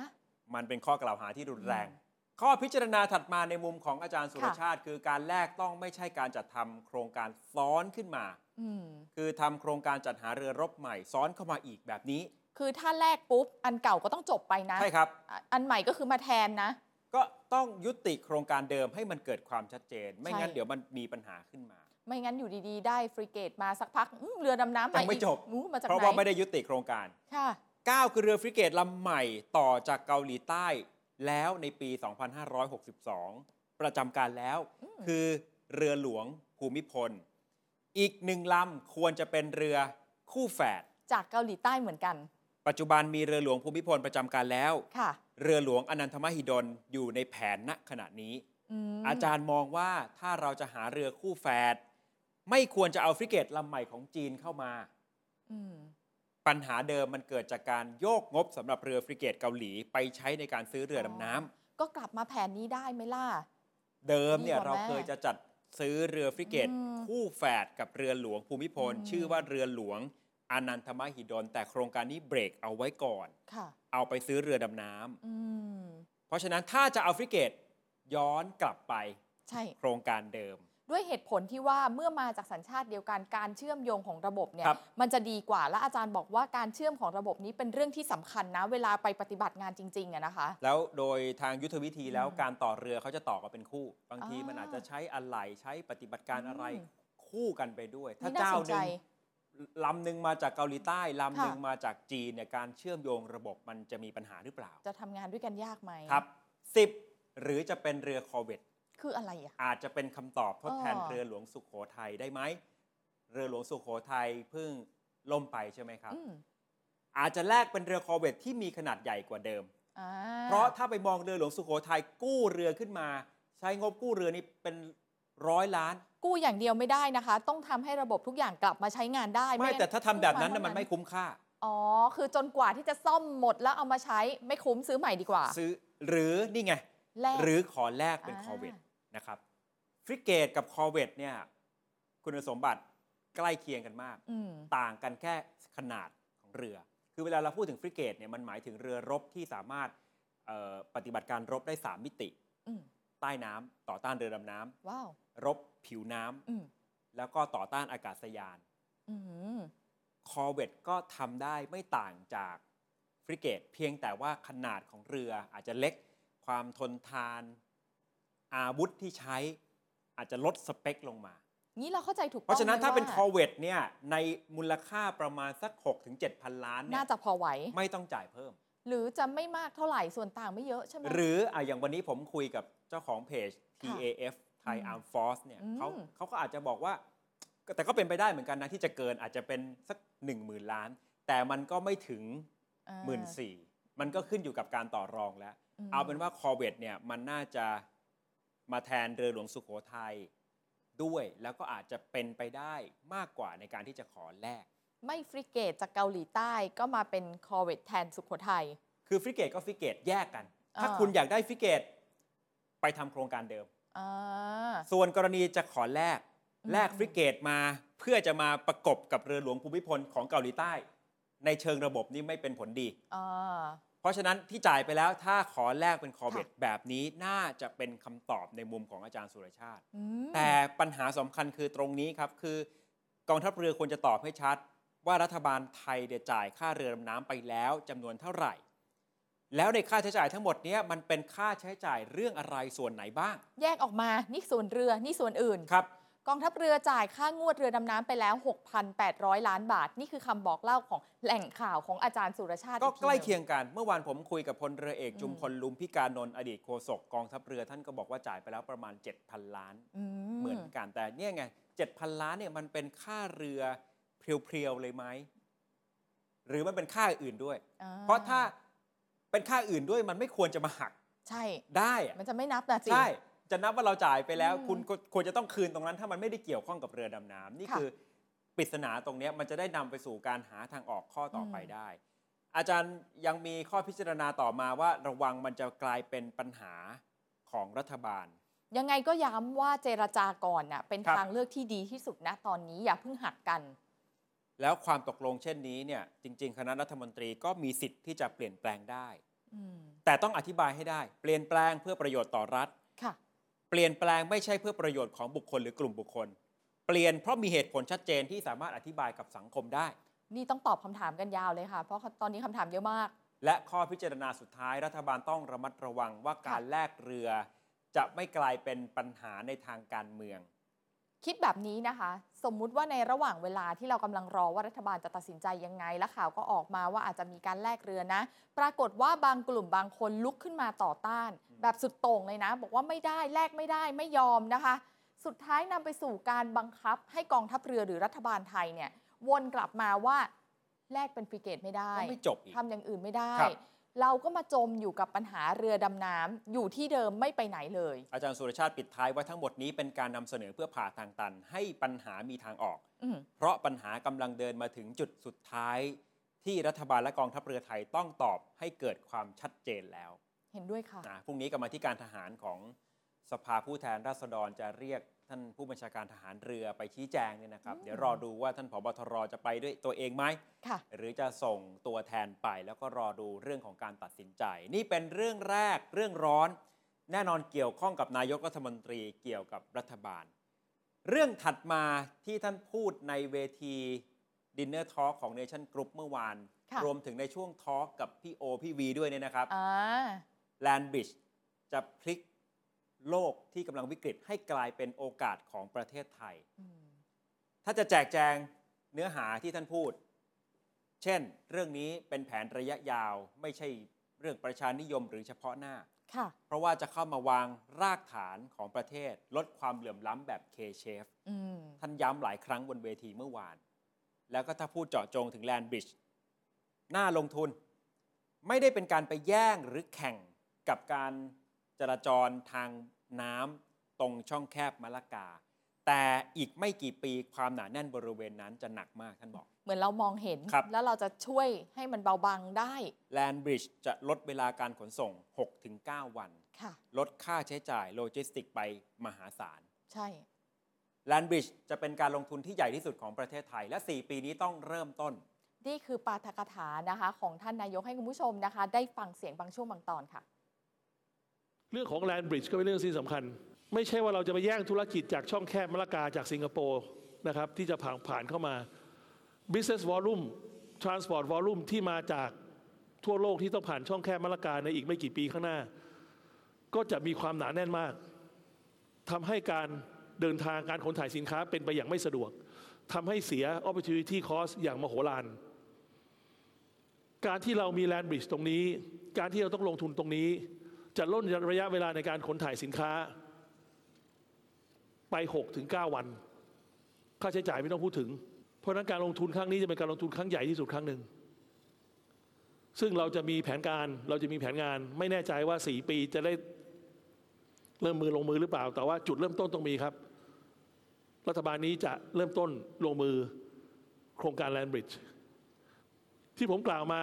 [SPEAKER 2] มันเป็นข้อกล่าวหาที่รุนแรง
[SPEAKER 3] อืม
[SPEAKER 2] ข้อพิจารณาถัดมาในมุมของอาจารย์สุร
[SPEAKER 3] ค่ะ
[SPEAKER 2] ชาติ คือการแรกต้องไม่ใช่การจัดทำโครงการซ้อนขึ้นมา
[SPEAKER 3] อืม
[SPEAKER 2] คือทำโครงการจัดหาเรือรบใหม่ซ้อนเข้ามาอีกแบบนี้
[SPEAKER 3] คือถ้าแลกปุ๊บ อันเก่าก็ต้องจบไปนะ
[SPEAKER 2] ใช่ครับ
[SPEAKER 3] อ่ะอันใหม่ก็คือมาแทนนะ
[SPEAKER 2] ก็ต้องยุติโครงการเดิมให้มันเกิดความชัดเจน ไม่
[SPEAKER 3] ใช่
[SPEAKER 2] งั้นเดี๋ยวมันมีปัญหาขึ้นมา
[SPEAKER 3] ไม่งั้นอยู่ดีๆ ได้ฟริเกตมาสักพักอื้อเรือดำน้ำมา
[SPEAKER 2] ยังไม่
[SPEAKER 3] อีก
[SPEAKER 2] จบ
[SPEAKER 3] อู้มาจาก
[SPEAKER 2] เพราะ
[SPEAKER 3] ไห
[SPEAKER 2] ว่าไม่
[SPEAKER 3] น
[SPEAKER 2] ได้ยุติโครงการ
[SPEAKER 3] ค่ะ
[SPEAKER 2] 9 คือเรือฟริเกตลำใหม่ต่อจากเกาหลีใต้แล้วในปี 2562 ประจำการแล้ว
[SPEAKER 3] อืม
[SPEAKER 2] คือเรือหลวงภูมิพล อีกหนึ่งลำควรจะเป็นเรือคู่แฝด
[SPEAKER 3] จากเกาหลีใต้เหมือนกัน
[SPEAKER 2] ปัจจุบันมีเรือหลวงภูมิพลประจำการแล้ว
[SPEAKER 3] ค่ะ
[SPEAKER 2] เรือหลวงอนันทมหิดลอยู่ในแผนณขณะนี้
[SPEAKER 3] ม
[SPEAKER 2] อาจารย์มองว่าถ้าเราจะหาเรือคู่แฝดไม่ควรจะเอาฟริเกตลำใหม่ของจีนเข้ามา
[SPEAKER 3] อืม
[SPEAKER 2] ปัญหาเดิมมันเกิดจากการโยกงบสำหรับเรือฟริเกตเกาหลีไปใช้ในการซื้อเรือดำน้ำ
[SPEAKER 3] ก็กลับมาแผนนี้ได้ไหมล่ะ
[SPEAKER 2] เดิมเนี่ย
[SPEAKER 3] ดีกว่า
[SPEAKER 2] เราเคย
[SPEAKER 3] แม่
[SPEAKER 2] จะจัดซื้อเรือฟริเกต
[SPEAKER 3] อืม
[SPEAKER 2] คู่แฝดกับเรือหลวงภูมิพล
[SPEAKER 3] อืม
[SPEAKER 2] ชื่อว่าเรือหลวงอนันทมหิดลแต่โครงการนี้เบรกเอาไว้ก่อน
[SPEAKER 3] ค่ะ
[SPEAKER 2] เอาไปซื้อเรือดำน้ำ
[SPEAKER 3] อืม
[SPEAKER 2] เพราะฉะนั้นถ้าจะเอาฟริเกตย้อนกลับไป
[SPEAKER 3] ใช่
[SPEAKER 2] โครงการเดิม
[SPEAKER 3] ด้วยเหตุผลที่ว่าเมื่อมาจากสัญชาติเดียวกันการเชื่อมโยงของระบบเนี่ย
[SPEAKER 2] ครับ
[SPEAKER 3] มันจะดีกว่าและอาจารย์บอกว่าการเชื่อมของระบบนี้เป็นเรื่องที่สำคัญนะ เวลาไปปฏิบัติงานจริงๆอะนะคะ
[SPEAKER 2] แล้วโดยทางยุทธวิธีแล้ว
[SPEAKER 3] อืม
[SPEAKER 2] การต่อเรือเขาจะต่อกันเป็นคู่ บางที
[SPEAKER 3] อ่ามั
[SPEAKER 2] มันอาจจะใช้อะไหล่ใช้ปฏิบัติการอะไร
[SPEAKER 3] อืม
[SPEAKER 2] คู่กันไปด้วย ถ้า
[SPEAKER 3] น่า
[SPEAKER 2] เจ้า
[SPEAKER 3] สน
[SPEAKER 2] ห
[SPEAKER 3] ใจ
[SPEAKER 2] นึ่งลำหนึ่งมาจากเกาหลีใต้ลำหนึ่ง
[SPEAKER 3] ค่ะ
[SPEAKER 2] มาจากจีนเนี่ยการเชื่อมโยงระบบมันจะมีปัญหาหรือเปล่า
[SPEAKER 3] จะทำงานด้วยกันยากไหม
[SPEAKER 2] ครับสิบหรือจะเป็นเรือคอร์เวต
[SPEAKER 3] คืออะไรอะ
[SPEAKER 2] อาจจะเป็นคำตอบทดแทน
[SPEAKER 3] อ๋อ
[SPEAKER 2] เรือหลวงสุโขทัยได้ไหม เรือหลวงสุโขทัยเพิ่งล่มไปใช่ไหมครับ
[SPEAKER 3] อืม
[SPEAKER 2] อาจจะแลกเป็นเรือคอร์เวตที่มีขนาดใหญ่กว่าเดิม
[SPEAKER 3] อ่า
[SPEAKER 2] เพราะถ้าไปมองเรือหลวงสุโขทัยกู้เรือขึ้นมา ใช้งบกู้เรือนี่เป็นร้อยล้าน
[SPEAKER 3] กู้อย่างเดียวไม่ได้นะคะ ต้องทำให้ระบบทุกอย่างกลับมาใช้งานได้
[SPEAKER 2] ไม่
[SPEAKER 3] งั้น
[SPEAKER 2] แต่ถ้าทำแบบนั้น
[SPEAKER 3] กู้า
[SPEAKER 2] น่ะมันไม่
[SPEAKER 3] เท่า
[SPEAKER 2] คุ้มค่า
[SPEAKER 3] อ๋อคือจนกว่าที่จะซ่อมหมดแล้วเอามาใช้ไม่คุ้มซื้อใหม่ดีกว่า
[SPEAKER 2] ซื้อหรือนี่ไง
[SPEAKER 3] แลก
[SPEAKER 2] หรือขอแลกเป็น
[SPEAKER 3] อ่า
[SPEAKER 2] คอร์เวตนะครับฟริเกตกับคอร์เวตเนี่ยคุณสมบัติใกล้เคียงกันมาก
[SPEAKER 3] ม
[SPEAKER 2] ต่างกันแค่ขนาดของเรือ คือเวลาเราพูดถึงฟริเกตเนี่ยมันหมายถึงเรือรบที่สามารถเอ่อปฏิบัติการรบได้ 3 มิติ
[SPEAKER 3] อืม
[SPEAKER 2] ใต้น้ำต่อต้านเรือดำน้ำ
[SPEAKER 3] ว้าว
[SPEAKER 2] รบผิวน้ำ
[SPEAKER 3] อืม
[SPEAKER 2] แล้วก็ต่อต้านอากาศยาน
[SPEAKER 3] อืม
[SPEAKER 2] คอร์เวตก็ทำได้ไม่ต่างจากฟริเกต เพียงแต่ว่าขนาดของเรืออาจจะเล็กความทนทาน อาวุธที่ใช้อาจจะลดสเปคลงมา
[SPEAKER 3] นี่เราเข้าใจถูกต้อง
[SPEAKER 2] เพราะฉะนั้น
[SPEAKER 3] ไหม
[SPEAKER 2] ถ้าเป็น
[SPEAKER 3] ว่
[SPEAKER 2] คอร์เวตเนี่ยในมูลค่าประมาณสัก 6 7 0 0 0 ล้านเนี่
[SPEAKER 3] น่าย จะพอไหว
[SPEAKER 2] ไม่ต้องจ่ายเพิ่ม
[SPEAKER 3] หรือจะไม่มากเท่าไหร่ส่วนต่างไม่เยอะใช่ไหม
[SPEAKER 2] หรืออ่ะอย่างวันนี้ผมคุยกับเจ้าของเพจ
[SPEAKER 3] ค่ะ
[SPEAKER 2] TAF Thai
[SPEAKER 3] อืม
[SPEAKER 2] Arm Force เนี่ย
[SPEAKER 3] อืม
[SPEAKER 2] เขาเขาก็อาจจะบอกว่า แต่ก็เป็นไปได้เหมือนกันนะที่จะเกินอาจจะเป็นสัก 1 0,000 ล้าน แต่มันก็ไม่ถึง
[SPEAKER 3] อ่า
[SPEAKER 2] หมื่นสี่มันก็ขึ้นอยู่กับการต่อรองแล้ว
[SPEAKER 3] ม
[SPEAKER 2] เอาเป็นว่าคอเวตเนี่ยมันน่าจะมาแทนเรือหลวงสุโขทัยด้วย แล้วก็อาจจะเป็นไปได้มากกว่าในการที่จะขอแลก
[SPEAKER 3] ไม่ฟริเกตจากเกาหลีใต้ก็มาเป็นคอเวตแทนสุโขทัย
[SPEAKER 2] คือฟริเกตก็ฟริเกตแยกกัน
[SPEAKER 3] อ่า
[SPEAKER 2] ถ้าคุณอยากได้ฟริเกตไปทำโครงการเดิม
[SPEAKER 3] อ่า
[SPEAKER 2] ส่วนกรณีจะขอแลก
[SPEAKER 3] อืม
[SPEAKER 2] แลกฟริเกตมาเพื่อจะมาประกบกับเรือหลวงภูมิพลของเกาหลีใต้ ในเชิงระบบนี่ไม่เป็นผลดี
[SPEAKER 3] อ่า
[SPEAKER 2] เพราะฉะนั้นที่จ่ายไปแล้วถ้าขอแลกเป็นคอร์เบตแบบนี้น่าจะเป็นคำตอบในมุมของอาจารย์สุรชาติ
[SPEAKER 3] อืม
[SPEAKER 2] แต่ปัญหาสำคัญคือตรงนี้ครับ คือกองทัพเรือควรจะตอบให้ชัด ว่ารัฐบาลไทยเดี๋ยจ่ายค่าเรือดำน้ำไปแล้วจำนวนเท่าไหร่ แล้วในค่าใช้จ่ายทั้งหมดเนี้ยมันเป็นค่าใช้จ่ายเรื่องอะไรส่วนไหนบ้าง
[SPEAKER 3] แยกออกมานี่ส่วนเรือนี่ส่วนอื่น
[SPEAKER 2] ครับ
[SPEAKER 3] กองทัพเรือจ่ายค่างวดเรือดำน้ำไปแล้ว 6,800 ล้านบาท นี่คือคำบอกเล่าของแหล่งข่าวของอาจารย์สุรชาติ
[SPEAKER 2] ก็
[SPEAKER 3] อีที
[SPEAKER 2] ใกล้
[SPEAKER 3] หนึ่ง
[SPEAKER 2] เคียงกัน เมื่อวานผมคุยกับพลเรือเอก
[SPEAKER 3] อืม
[SPEAKER 2] จุมพลลุมพิการนนท์อดีตโฆษกกองทัพเรือท่านก็บอกว่าจ่ายไปแล้วประมาณ 7,000 ล้าน
[SPEAKER 3] อืม
[SPEAKER 2] เหมือนกันแต่เนี่ยไงเจ็ดพันล้านเนี่ยมันเป็นค่าเรือเพียวๆเลยไหมหรือมันเป็นค่าอื่นด้วย เพราะถ้าเป็นค่าอื่นด้วยมันไม่ควรจะมาหัก
[SPEAKER 3] ใช่
[SPEAKER 2] ได้อะ
[SPEAKER 3] มันจะไม่นับนะสิ
[SPEAKER 2] ใช่จะนับว่าเราจ่ายไปแล้ว
[SPEAKER 3] อืม
[SPEAKER 2] คุณก็ควรจะต้องคืนตรงนั้น ถ้ามันไม่ได้เกี่ยวข้องกับเรือดำน้ำนี่
[SPEAKER 3] ค่ะ
[SPEAKER 2] คือปริศนาตรงเนี้ยมันจะได้นำไปสู่การหาทางออกข้อต่ออ
[SPEAKER 3] ม
[SPEAKER 2] ไปได้ อาจารย์ยังมีข้อพิจารณาต่อมาว่าระวังมันจะกลายเป็นปัญหาของรัฐบาล
[SPEAKER 3] ยังไงก็ย้ำว่าเจรจาก่อนน่ะเป็น
[SPEAKER 2] ครับ
[SPEAKER 3] ทางเลือกที่ดีที่สุดนะตอนนี้อย่าเพิ่งหักกัน
[SPEAKER 2] แล้วความตกลงเช่นนี้เนี่ยจริง ๆ คณะรัฐมนตรีก็มีสิทธิ์ที่จะเปลี่ยนแปลงได้
[SPEAKER 3] อืม
[SPEAKER 2] แต่ต้องอธิบายให้ได้ เปลี่ยนแปลงเพื่อประโยชน์ต่อรัฐ
[SPEAKER 3] ค่ะ
[SPEAKER 2] เปลี่ยนแปลงไม่ใช่เพื่อประโยชน์ของบุคคลหรือกลุ่มบุคคล เปลี่ยนเพราะมีเหตุผลชัดเจนที่สามารถอธิบายกับสังคมได้
[SPEAKER 3] นี่ต้องตอบคำถามกันยาวเลยค่ะ เพราะตอนนี้คำถามเยอะมาก
[SPEAKER 2] และข้อพิจารณาสุดท้ายรัฐบาลต้องระมัดระวังว่าการแลกเรือ จะไม่กลายเป็นปัญหาในทางการเมือง
[SPEAKER 3] คิดแบบนี้นะคะ สมมุติว่าในระหว่างเวลาที่เรากำลังรอว่ารัฐบาลจะตัดสินใจยังไง และข่าวก็ออกมาว่าอาจจะมีการแลกเรือนะ ปรากฏว่าบางกลุ่มบางคนลุกขึ้นมาต่อต้าน
[SPEAKER 2] อืม
[SPEAKER 3] แบบสุดโต่งเลยนะ บอกว่าไม่ได้แลกไม่ได้ไม่ยอมนะคะ สุดท้ายนำไปสู่การบังคับให้กองทัพเรือหรือรัฐบาลไทยเนี่ย วนกลับมาว่าแลกเป็นฟริเกตไม่ได้
[SPEAKER 2] ก็ไม่จบอีก
[SPEAKER 3] ทำอย่างอื่นไม่ได้
[SPEAKER 2] ครับ
[SPEAKER 3] เราก็มาจมอยู่กับปัญหาเรือดำน้ำอยู่ที่เดิมไม่ไปไหนเลย
[SPEAKER 2] อาจารย์สุรชาติปิดท้ายว่าทั้งหมดนี้เป็นการนำเสนอเพื่อผ่าทางตัน ให้ปัญหามีทางออก
[SPEAKER 3] อืม
[SPEAKER 2] เพราะปัญหากำลังเดินมาถึงจุดสุดท้าย ที่รัฐบาลและกองทัพเรือไทยต้องตอบให้เกิดความชัดเจนแล้ว
[SPEAKER 3] เห็นด้วยค่ะ
[SPEAKER 2] นะพรุ่งนี้กรรมาธิการทหารของ สภาผู้แทนราษฎรจะเรียกท่านผู้บัญชาการทหารเรือไปชี้แจงเนี่ยนะครับ
[SPEAKER 3] อืม
[SPEAKER 2] เดี๋ยวรอดูว่าท่านผบทรจะไปด้วยตัวเองไหม
[SPEAKER 3] ค่ะ
[SPEAKER 2] หรือจะส่งตัวแทนไปแล้วก็รอดูเรื่องของการตัดสินใจ นี่เป็นเรื่องแรกเรื่องร้อน แน่นอนเกี่ยวข้องกับนายกรัฐมนตรีเกี่ยวกับรัฐบาล เรื่องถัดมาที่ท่านพูดในเวทีดินเนอร์ทอของเนชั่นกรุ๊ปเมื่อวาน
[SPEAKER 3] ค่ะ
[SPEAKER 2] รวมถึงในช่วงทอกับพี่โอพี่วีด้วยเนี่ยนะครับ
[SPEAKER 3] อ่า
[SPEAKER 2] แลนบิชจะพลิกโลกที่กำลังวิกฤตให้กลายเป็นโอกาสของประเทศไทย ถ้าจะแจกแจงเนื้อหาที่ท่านพูด เช่น เรื่องนี้เป็นแผนระยะยาวไม่ใช่เรื่องประชานิยมหรือเฉพาะหน้า
[SPEAKER 3] ค่ะ
[SPEAKER 2] เพราะว่าจะเข้ามาวางรากฐานของประเทศ ลดความเหลื่อมล้ำแบบ K-shape
[SPEAKER 3] อืม
[SPEAKER 2] ท่านย้ำหลายครั้งบนเวทีเมื่อวาน แล้วก็ถ้าพูดเจาะจงถึงแลนบริดจ์น่าลงทุน ไม่ได้เป็นการไปแย่งหรือแข่งกับการจราจรทางน้ำตรงช่องแคบมะละกา แต่อีกไม่กี่ปีความหนาแน่นบริเวณนั้นจะหนักมากท่านบอก
[SPEAKER 3] เหมือนเรามองเห็น
[SPEAKER 2] ครับ
[SPEAKER 3] แล้วเราจะช่วยให้มันเบาบางได้
[SPEAKER 2] แลนบริดจ์จะลดเวลาการขนส่ง 6-9 วัน
[SPEAKER 3] ค่ะ
[SPEAKER 2] ลดค่าใช้จ่ายโลจิสติกไปมหาศาล
[SPEAKER 3] ใช่
[SPEAKER 2] แลนบริดจ์จะเป็นการลงทุนที่ใหญ่ที่สุดของประเทศไทย และ 4 ปีนี้ต้องเริ่มต้น
[SPEAKER 3] นี่คือปาฐกถานะคะ ของท่านนายกให้คุณผู้ชมนะคะ ได้ฟังเสียงบางช่วงบางตอนค่ะ
[SPEAKER 4] เรื่องของแลนบริดจ์ก็เป็นเรื่องที่สำคัญ ไม่ใช่ว่าเราจะไปแย่งธุรกิจจากช่องแคบมะละกาจากสิงคโปร์นะครับที่จะผ่านผ่านเข้ามา Business Volume Transport Volume ที่มาจากทั่วโลกที่ต้องผ่านช่องแคบมะละกาในอีกไม่กี่ปีข้างหน้า ก็จะมีความหนาแน่นมากทำให้การเดินทางการขนถ่ายสินค้าเป็นไปอย่างไม่สะดวกทำให้เสีย opportunity cost อย่างมโหฬาร การที่เรามีแลนบริดจ์ตรงนี้ การที่เราต้องลงทุนตรงนี้ จะล่นระยะเวลาในการขนถ่ายสินค้า ไป 6-9 วัน ค่าใช้จ่ายไม่ต้องพูดถึง เพราะฉะนั้นการลงทุนครั้งนี้จะเป็นการลงทุนครั้งใหญ่ที่สุดครั้งหนึ่ง ซึ่งเราจะมีแผนการเราจะมีแผนงาน ไม่แน่ใจว่า 4 ปีจะได้เริ่มมือลงมือหรือเปล่า แต่ว่าจุดเริ่มต้นต้องมีครับ รัฐบาลนี้จะเริ่มต้นลงมือโครงการแลนบริดจ์ ที่ผมกล่าวมา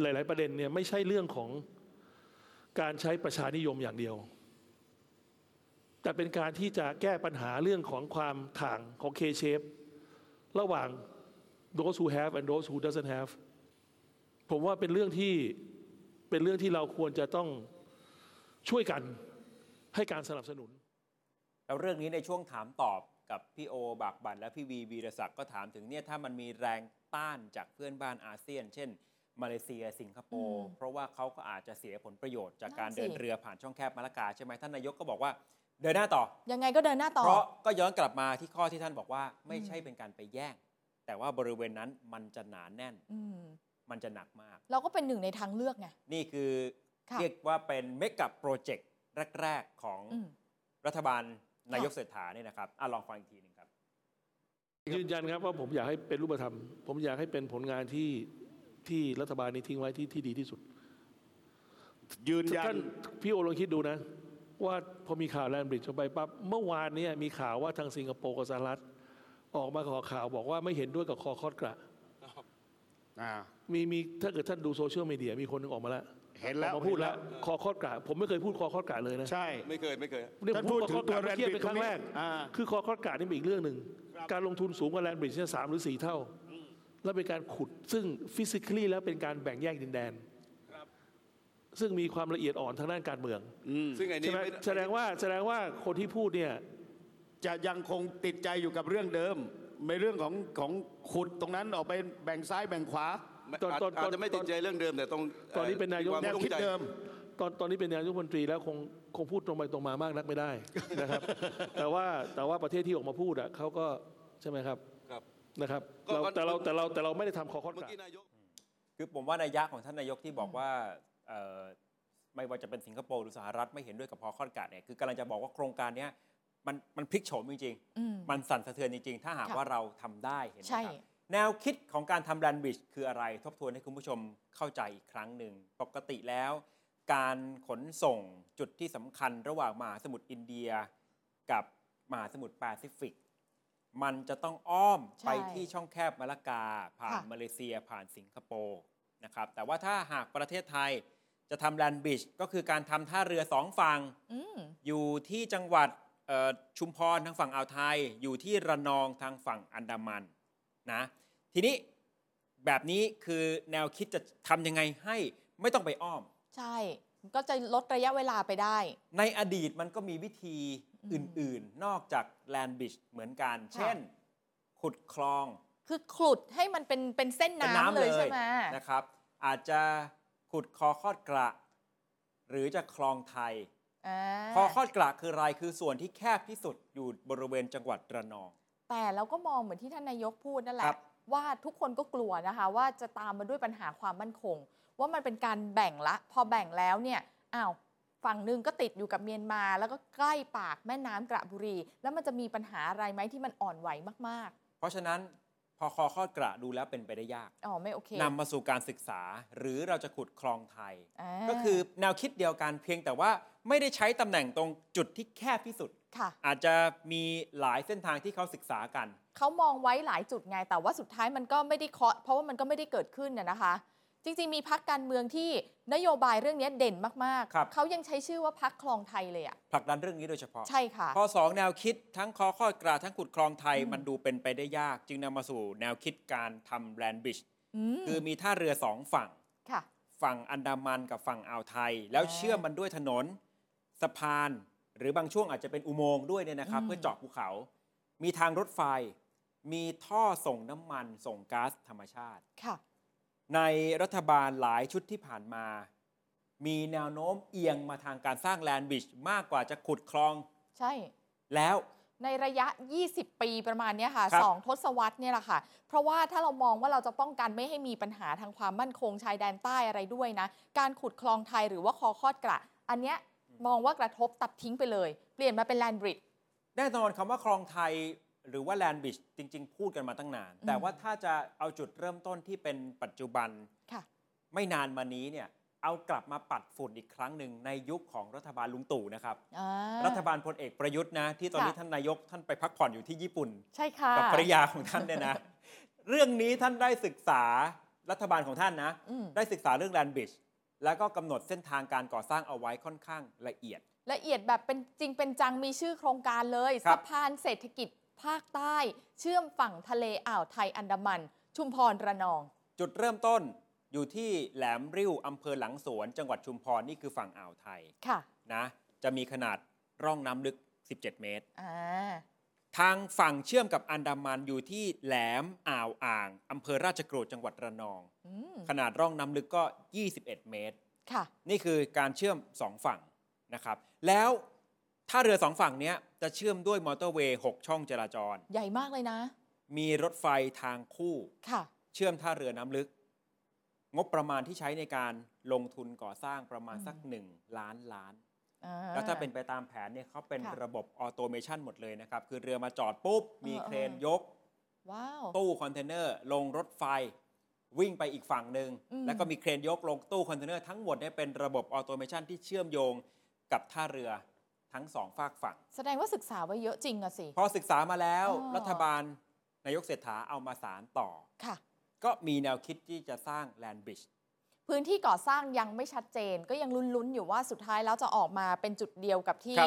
[SPEAKER 4] หลาย ๆ หลาย ๆ ประเด็นเนี่ยไม่ใช่เรื่องของการใช้ประชานิยมอย่างเดียว แต่เป็นการที่จะแก้ปัญหาเรื่องของความถ่างของ K-shape ระหว่าง those who have and those who doesn't have ผมว่าเป็นเรื่องที่เป็นเรื่องที่เราควรจะต้องช่วยกันให้การสนับสนุน
[SPEAKER 2] แล้วเรื่องนี้ในช่วงถามตอบกับพี่โอบากบันและพี่วีวีรศักดิ์ก็ถามถึงเนี่ยถ้ามันมีแรงต้านจากเพื่อนบ้านอาเซียน เช่น มาเลเซียสิงคโปร์
[SPEAKER 3] อืม
[SPEAKER 2] เพราะว่าเขาก็อาจจะเสียผลประโยชน์จากการ
[SPEAKER 3] นั่นสิ
[SPEAKER 2] เดินเรือผ่านช่องแคบมาลากาใช่ไหมท่านนายกก็บอกว่าเดินหน้าต่อ
[SPEAKER 3] ยังไงก็เดินหน้าต่อ
[SPEAKER 2] เพราะก็ย้อนกลับมาที่ข้อที่ท่านบอกว่าไม่ใช่
[SPEAKER 3] อืม
[SPEAKER 2] เป็นการไปแย่ง แต่ว่าบริเวณนั้นมันจะหนาแน่น
[SPEAKER 3] อืม
[SPEAKER 2] มันจะหนักมาก
[SPEAKER 3] เราก็เป็นหนึ่งในทางเลือกไง
[SPEAKER 2] นี่คือ
[SPEAKER 3] ค่ะ
[SPEAKER 2] เรียกว่าเป็นเมกะโปรเจกต์แรก ๆ ของ
[SPEAKER 3] อืม
[SPEAKER 2] รัฐบาลนายกเศรษฐาเนี่ยนะครับอ่ะลองฟังอีกทีหนึ่งครับ
[SPEAKER 4] ยืนยันครับว่าผมอยากให้เป็นรูปธรรม ผมอยากให้เป็นผลงานที่ที่รัฐบาลนี้ทิ้งไว้ที่ที่ดีที่สุด
[SPEAKER 5] ยืนยั
[SPEAKER 4] ท่าน นพี่โอลองคิดดูนะ ว่าพอมีข่าวแลนบริดจ์ออกไปปั๊บเมื่อวานเนี้มีข่าวว่าทางสิงคโปร์กับสหรัฐ ออกมาขอข่าวบอกว่าไม่เห็นด้วยกับคอคอดกระ
[SPEAKER 5] อ่า
[SPEAKER 4] มีมีถ้าเกิดท่านดูโซเชียลมีเดียมีคนหนึงออกมาแล้ว
[SPEAKER 5] เห็นแล้ว
[SPEAKER 4] ออกมาพูดแล้วคอคอดกระผมไม่เคยพูดคอคอดกระเลยนะ
[SPEAKER 5] ใช่
[SPEAKER 6] ไม่เคย ไม่เคย
[SPEAKER 4] เรื่อง
[SPEAKER 5] ท่าน
[SPEAKER 4] พูด
[SPEAKER 5] พูด
[SPEAKER 4] คอค
[SPEAKER 5] ถึง
[SPEAKER 4] อดกระ
[SPEAKER 5] ตัว
[SPEAKER 4] เมื่อกี้เป็นครั้งแรก
[SPEAKER 5] แลนบริดจ์ตรงนี้อ่า
[SPEAKER 4] คือคอคอดกระนี่เป็นอีกเรื่องหนึ่งการลงทุนสูงกว่าแลนบริดจ์เนี่ยสามหรือสี่เท่า และเป็นการขุด ซึ่งฟิสิก a l ีแล้วเป็นการแบ่งแยกดินแดนซึ่งมีความละเอียดอ่อนทางด้านการเมือง
[SPEAKER 6] ซึ่งไอ้
[SPEAKER 4] ใช่
[SPEAKER 6] นี่
[SPEAKER 4] ไหม
[SPEAKER 6] ไม่
[SPEAKER 4] แสดงว่าแสดงว่าคนที่พูดเนี่ย
[SPEAKER 5] จะยังคงติดใจอยู่กับเรื่องเดิม ในเรื่องของของขุดตรงนั้นออกไปแบ่งซ้ายแบ่งขวา
[SPEAKER 4] ตอน
[SPEAKER 6] อาจ
[SPEAKER 4] ตอน
[SPEAKER 6] อาจจะไม่ติดใจเรื่องเดิมแต่ต้อง
[SPEAKER 4] ตอนนี้เป็นนายก
[SPEAKER 6] ควม
[SPEAKER 5] แนว
[SPEAKER 6] ตั้ง
[SPEAKER 5] คิด
[SPEAKER 6] ใจ
[SPEAKER 5] เดิม
[SPEAKER 4] ตอนตอนนี้เป็นนายกรัฐมนตรีแล้วคงคงพูดตรงไปตรงมามากนักไม่ได้นะครับ แต่ว่าแต่ว่าประเทศที่ออกมาพูดอ่ะเขาก็ใช่ไหมครับ
[SPEAKER 6] ครับ
[SPEAKER 4] นะครับ
[SPEAKER 6] ก็
[SPEAKER 4] เรา
[SPEAKER 6] ก็
[SPEAKER 4] แต่เราแต่เราแต่เราไม่ได้ทำขอข้อ
[SPEAKER 6] เมื่อก
[SPEAKER 4] ล่าว
[SPEAKER 6] กี้นายก
[SPEAKER 2] คือผมว่านัยยะของท่านนายกที่บอกว่าเอ่อไม่ว่าจะเป็นสิงคโปร์หรือสหรัฐไม่เห็นด้วยกับพอข้อนกาดเนี่ยคือกำลังจะบอกว่าโครงการเนี้ยมันมันพลิกโฉมจริง
[SPEAKER 3] อืม
[SPEAKER 2] ๆ มันสั่นสะเทือนจริง ๆ ถ้าหาก
[SPEAKER 3] ค่ะ
[SPEAKER 2] ว่าเราทำได้เห็นไหม
[SPEAKER 3] ใช่
[SPEAKER 2] ครับแนวคิดของการทำแลนบริดจ์คืออะไรทบทวนให้คุณผู้ชมเข้าใจอีกครั้งหนึ่ง ปกติแล้ว การขนส่งจุดที่สำคัญระหว่างมหาสมุทรอินเดีย กับมหาสมุทรแปซิฟิก มันจะต้องอ้อม
[SPEAKER 3] ใช่
[SPEAKER 2] ไปที่ช่องแคบมาละกา ผ่าน
[SPEAKER 3] ค่ะ
[SPEAKER 2] มาเลเซียผ่านสิงคโปร์นะครับแต่ว่าถ้าหากประเทศไทย จะทำแลนด์บริดจ์ก็คือการทำท่าเรือสองฝั่ง
[SPEAKER 3] อืม
[SPEAKER 2] อยู่ที่จังหวัดเอ่อชุมพรทางฝั่งอ่าวไทย อยู่ที่ระนองทางฝั่งอันดามันนะทีนี้แบบนี้คือแนวคิดจะทำยังไงให้ไม่ต้องไปอ้อม
[SPEAKER 3] ใช่ ก็จะลดระยะเวลาไปได้
[SPEAKER 2] ในอดีตมันก็มีวิธีอื่นๆ นอกจากแลนบิชเหมือนกัน เช่น ขุดคลอง
[SPEAKER 3] คือขลุดให้มันเป็นเป็นเส้น
[SPEAKER 2] ป็
[SPEAKER 3] น้ำเลยใช่ไหม
[SPEAKER 2] นะครับ อาจจะขุดคอคอดกระ หรือจะคลองไทย
[SPEAKER 3] อ่า
[SPEAKER 2] คอคอดกระคืออะไรคือส่วนที่แคบที่สุดอยู่บริเวณจังหวัดระนอง
[SPEAKER 3] แต่เราก็มองเหมือนที่ท่านนายกพูดนั่นแห
[SPEAKER 2] ครั
[SPEAKER 3] ละ
[SPEAKER 2] บ
[SPEAKER 3] ว่าทุกคนก็กลัวนะคะ ว่าจะตามมาด้วยปัญหาความมั่นคง ว่ามันเป็นการแบ่งละ พอแบ่งแล้วเนี่ยอ้าวฝั่งหนึ่งก็ติดอยู่กับเมียนมา แล้วก็ใกล้ปากแม่น้ำกระบุรี แล้วมันจะมีปัญหาอะไรไหมที่มันอ่อนไหวมาก
[SPEAKER 2] เพราะฉะนั้นพอคอคอดกระดูแล้วเป็นไปได้ยาก
[SPEAKER 3] ๆอ๋อไม่โอเคน
[SPEAKER 2] ำมาสู่การศึกษา หรือเราจะขุดคลองไทย
[SPEAKER 3] า
[SPEAKER 2] ก็คือแนวคิดเดียวกันเพียงแต่ว่าไม่ได้ใช้ตำแหน่งตรงจุดที่แคบที่สุด
[SPEAKER 3] ค่ะ
[SPEAKER 2] อาจจะมีหลายเส้นทางที่เขาศึกษากัน
[SPEAKER 3] เขามองไว้หลายจุดไง แต่ว่าสุดท้ายมันก็ไม่ได้เคาะเพราะว่ามันก็ไม่ได้เกิดขึ้นน่ะนะคะ จริงๆ มีพักการเมืองที่นโยบายเรื่องนี้เด่นมาก
[SPEAKER 2] ครับ
[SPEAKER 3] ๆ เขายังใช้ชื่อว่าพักคลองไทยเลยอ่ะ
[SPEAKER 2] ผลักดันเรื่องนี้โดยเฉพาะ
[SPEAKER 3] ใช่ค่ะ
[SPEAKER 2] ข้อ 2 แนวคิดทั้งคอข้อกราทั้งขุดคลองไทย
[SPEAKER 3] อืม
[SPEAKER 2] มันดูเป็นไปได้ยาก จึงนำมาสู่แนวคิดการทำแลนด์บริดจ์
[SPEAKER 3] อืม
[SPEAKER 2] คือมีท่าเรือสองฝั่ง
[SPEAKER 3] ค่ะ
[SPEAKER 2] ฝั่งอันดามันกับฝั่งอ่าวไทย แล้ว
[SPEAKER 3] อ่า
[SPEAKER 2] เชื่อมมันด้วยถนนสะพาน หรือบางช่วงอาจจะเป็นอุโมงค์ด้วยเนี่ยนะครับ
[SPEAKER 3] อืม
[SPEAKER 2] เพื่อเจาะภูเขา มีทางรถไฟ มีท่อส่งน้ำมันส่งก๊าซธรรมชาติ
[SPEAKER 3] ค่ะ
[SPEAKER 2] ในรัฐบาลหลายชุดที่ผ่านมา มีแนวโน้มเอียงมาทางการสร้างแลนด์บริดจ์มากกว่าจะขุดคลอง
[SPEAKER 3] ใช่
[SPEAKER 2] แล้ว
[SPEAKER 3] ในระยะ 20 ปีประมาณเนี้ยค่ะ
[SPEAKER 2] ครับ
[SPEAKER 3] สองทศวรรษเนี่ยแหละค่ะ เพราะว่าถ้าเรามองว่าเราจะป้องกันไม่ให้มีปัญหาทางความมั่นคงชายแดนใต้อะไรด้วยนะ การขุดคลองไทยหรือว่าคอคอดกระ อันเนี้ยมองว่ากระทบตัดทิ้งไปเลย เปลี่ยนมาเป็นแลนบริด
[SPEAKER 2] แน่นอนคำว่าคลองไทยหรือว่าแลนด์บริดจ์จริง ๆ พูดกันมาตั้งนาน แต่ว่าถ้าจะเอาจุดเริ่มต้นที่เป็นปัจจุบัน
[SPEAKER 3] ค่ะ
[SPEAKER 2] ไม่นานมานี้เนี่ยเอากลับมาปัดฝุ่นอีกครั้งหนึ่งในยุคของรัฐบาลลุงตู่นะครับ
[SPEAKER 3] อ่า
[SPEAKER 2] รัฐบาลพลเอกประยุทธ์นะ ที่ตอนนี้
[SPEAKER 3] ค่ะ
[SPEAKER 2] ท่านนายกท่านไปพักผ่อนอยู่ที่ญี่ปุ่น
[SPEAKER 3] ใช่ค่ะ
[SPEAKER 2] กับภรรยาของท่านเนี่ยนะ เรื่องนี้ท่านได้ศึกษารัฐบาลของท่านนะ
[SPEAKER 3] อืม
[SPEAKER 2] ได้ศึกษาเรื่องแลนด์บริดจ์แล้วก็กำหนดเส้นทางการก่อสร้างเอาไว้ค่อนข้างละเอียด
[SPEAKER 3] ละเอียดแบบเป็นจริงเป็นจังมีชื่อโครงการเลย
[SPEAKER 2] ครั
[SPEAKER 3] สะ
[SPEAKER 2] บ
[SPEAKER 3] พานเศรษฐกิจภาคใต้ เชื่อมฝั่งทะเลอ่าวไทยอันดามัน ชุมพรระนอง
[SPEAKER 2] จุดเริ่มต้นอยู่ที่แหลมริ้วอำเภอหลังสวน จังหวัดชุมพรนี่คือฝั่งอ่าวไทย
[SPEAKER 3] ค่ะ
[SPEAKER 2] นะจะมีขนาดร่องน้ำลึก 17 เมตร
[SPEAKER 3] อ่า
[SPEAKER 2] ทางฝั่งเชื่อมกับอันดามันอยู่ที่แหลมอ่าวอ่างอำเภอราชกรูดจังหวัดระนอง
[SPEAKER 3] อืม
[SPEAKER 2] ขนาดร่องน้ำลึกก็ 21 เมตร
[SPEAKER 3] ค่ะ
[SPEAKER 2] นี่คือการเชื่อมสองฝั่งนะครับ แล้วถ้าเรือสองฝั่งเนี้ยจะเชื่อมด้วยมอเตอร์เวย์ 6 ช่องจราจร
[SPEAKER 3] ใหญ่มากเลยนะ
[SPEAKER 2] มีรถไฟทางคู่
[SPEAKER 3] ค่ะ
[SPEAKER 2] เชื่อมท่าเรือน้ำลึก งบประมาณที่ใช้ในการลงทุนก่อสร้างประมาณสัก 1 ล้านล้าน
[SPEAKER 3] อ่
[SPEAKER 2] แล้วถ้าเป็นไปตามแผนเนี่ยเขาเป็น
[SPEAKER 3] ค่ะ
[SPEAKER 2] ระบบออโตเมชันหมดเลยนะครับ คือเรือมาจอดปุ๊บ มี
[SPEAKER 3] เออ
[SPEAKER 2] เครน
[SPEAKER 3] เออ
[SPEAKER 2] ยก
[SPEAKER 3] ว้าว
[SPEAKER 2] ตู้คอนเทนเนอร์ลงรถไฟ วิ่งไปอีกฝั่งหนึ่ง
[SPEAKER 3] อืม
[SPEAKER 2] แล้วก็มีเครนยกลงตู้คอนเทนเนอร์ทั้งหมดเนี่ยเป็นระบบออโตเมชันที่เชื่อมโยงกับท่าเรือทั้งสองฝากฝั่ง
[SPEAKER 3] แสดงว่าศึกษาไว้เยอะจริงอะสิ
[SPEAKER 2] พอศึกษามาแล้ว
[SPEAKER 3] อ๋อ
[SPEAKER 2] รัฐบาลนายกเศรษฐาเอามาสารต่อ
[SPEAKER 3] ค่ะ
[SPEAKER 2] ก็มีแนวคิดที่จะสร้างแลนด์บริดจ์
[SPEAKER 3] พื้นที่ก่อสร้างยังไม่ชัดเจน ก็ยังลุ้นๆอยู่ว่าสุดท้ายแล้วจะออกมาเป็นจุดเดียวกับที่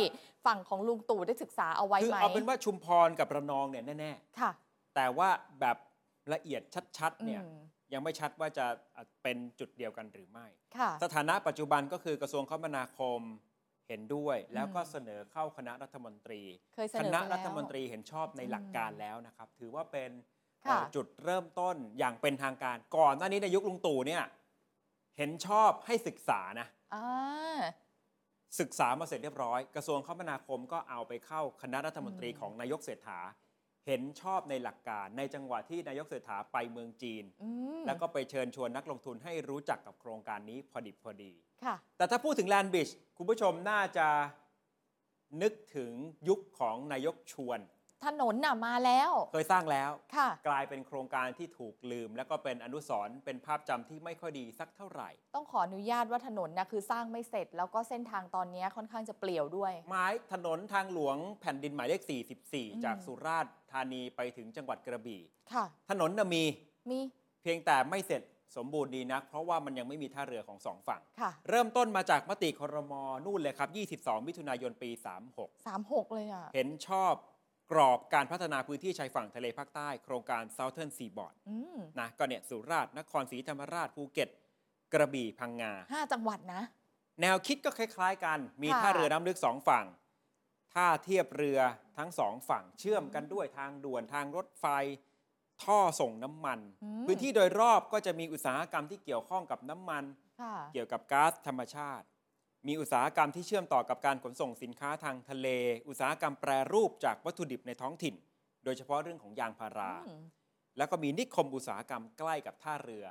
[SPEAKER 3] ฝั่งของลุงตู่ได้ศึกษาเอาไว้
[SPEAKER 2] คือ
[SPEAKER 3] ไหม
[SPEAKER 2] เอาเป็นว่าชุมพรกับระนองเนี่ยแน่
[SPEAKER 3] ค่ะ
[SPEAKER 2] ๆ แต่ว่าแบบละเอียดชัดๆเนี่ย
[SPEAKER 3] อืม
[SPEAKER 2] ยังไม่ชัดว่าจะเป็นจุดเดียวกันหรือไม่
[SPEAKER 3] ค่ะ
[SPEAKER 2] สถานะปัจจุบันก็คือกระทรวงคมนาคมเห็นด้วย แล้วก็เสนอเข้าคณะรัฐมนตรี
[SPEAKER 3] เคยเสน
[SPEAKER 2] ค
[SPEAKER 3] อไป
[SPEAKER 2] ณะ
[SPEAKER 3] แล้ว
[SPEAKER 2] รัฐมนตรีเห็นชอบในหลักการแล้วนะครับ ถือว่าเป็น
[SPEAKER 3] ค่ะ
[SPEAKER 2] เอ่อจุดเริ่มต้นอย่างเป็นทางการ ก่อนหน้านี้ในยุคลุงตู่เนี่ยเห็นชอบให้ศึกษานะ
[SPEAKER 3] อ่า
[SPEAKER 2] ศึกษามาเสร็จเรียบร้อย กระทรวงคมนาคมก็เอาไปเข้าคณะรัฐมนตรี
[SPEAKER 3] อืม
[SPEAKER 2] ของนายกเศรษฐา เห็นชอบในหลักการ ในจังหวะที่นายกเศรษฐาไปเมืองจีน
[SPEAKER 3] อืม
[SPEAKER 2] แล้วก็ไปเชิญชวนนักลงทุนให้รู้จักกับโครงการนี้พอดิบพอดี
[SPEAKER 3] ค่ะ
[SPEAKER 2] แต่ถ้าพูดถึงแลนบิชคุณผู้ชมน่าจะนึกถึงยุคของนายกชวน
[SPEAKER 3] ถนนน่ะมาแล้ว
[SPEAKER 2] เคยสร้างแล้ว
[SPEAKER 3] ค่ะ
[SPEAKER 2] กลายเป็นโครงการที่ถูกลืม แล้วก็เป็นอนุสรณ์เป็นภาพจำที่ไม่ค่อยดีสักเท่าไหร่
[SPEAKER 3] ต้องขออนุญาตว่าถนนนะคือสร้างไม่เสร็จ แล้วก็เส้นทางตอนเนี้ยค่อนข้างจะเปลี่ยวด้วย
[SPEAKER 2] ไม้ถนนทางหลวงแผ่นดินหมายเลข
[SPEAKER 3] อืม
[SPEAKER 2] 44 จากสุราษฎร์ธานีไปถึงจังหวัดกระบี่
[SPEAKER 3] ค่ะ
[SPEAKER 2] ถนนน่ะมี
[SPEAKER 3] มี
[SPEAKER 2] เพียงแต่ไม่เสร็จ สมบูรณ์ดีนัก เพราะว่ามันยังไม่มีท่าเรือของสองฝั่ง
[SPEAKER 3] ค่ะ
[SPEAKER 2] เริ่มต้นมาจากมติครมนู่นเลยครับ 22 มิถุนายนปี
[SPEAKER 3] สามหกเลยอ่ะ
[SPEAKER 2] 36 เห็นชอบกรอบการพัฒนาพื้นที่ชายฝั่งทะเลภาคใต้ โครงการ Southern Seaboard
[SPEAKER 3] อืม
[SPEAKER 2] นะก็เนี่ยสุราษฎร์นครศรีธรรมราชภูเก็ต กระบี่พังงา
[SPEAKER 3] ห้าจังหวัดนะ
[SPEAKER 2] แนวคิดก็คล้ายๆกัน มี
[SPEAKER 3] ค่ะ
[SPEAKER 2] ท่าเรือน้ำลึกสองฝั่ง ท่าเทียบเรือทั้งสองฝั่ง เชื่อมกันด้วยทางด่วนทางรถไฟ ท่อส่งน้ำมัน
[SPEAKER 3] อืม
[SPEAKER 2] พื้นที่โดยรอบก็จะมีอุตสาหกรรมที่เกี่ยวข้องกับน้ำมัน
[SPEAKER 3] ค่ะ
[SPEAKER 2] เกี่ยวกับก๊าซธรรมชาติ มีอุตสาหกรรมที่เชื่อมต่อกับการขนส่งสินค้าทางทะเล อุตสาหกรรมแปรรูปจากวัตถุดิบในท้องถิ่น โดยเฉพาะเรื่องของยางพารา
[SPEAKER 3] อืม
[SPEAKER 2] แล้วก็มีนิคมอุตสาหกรรมใกล้กับท่าเรือ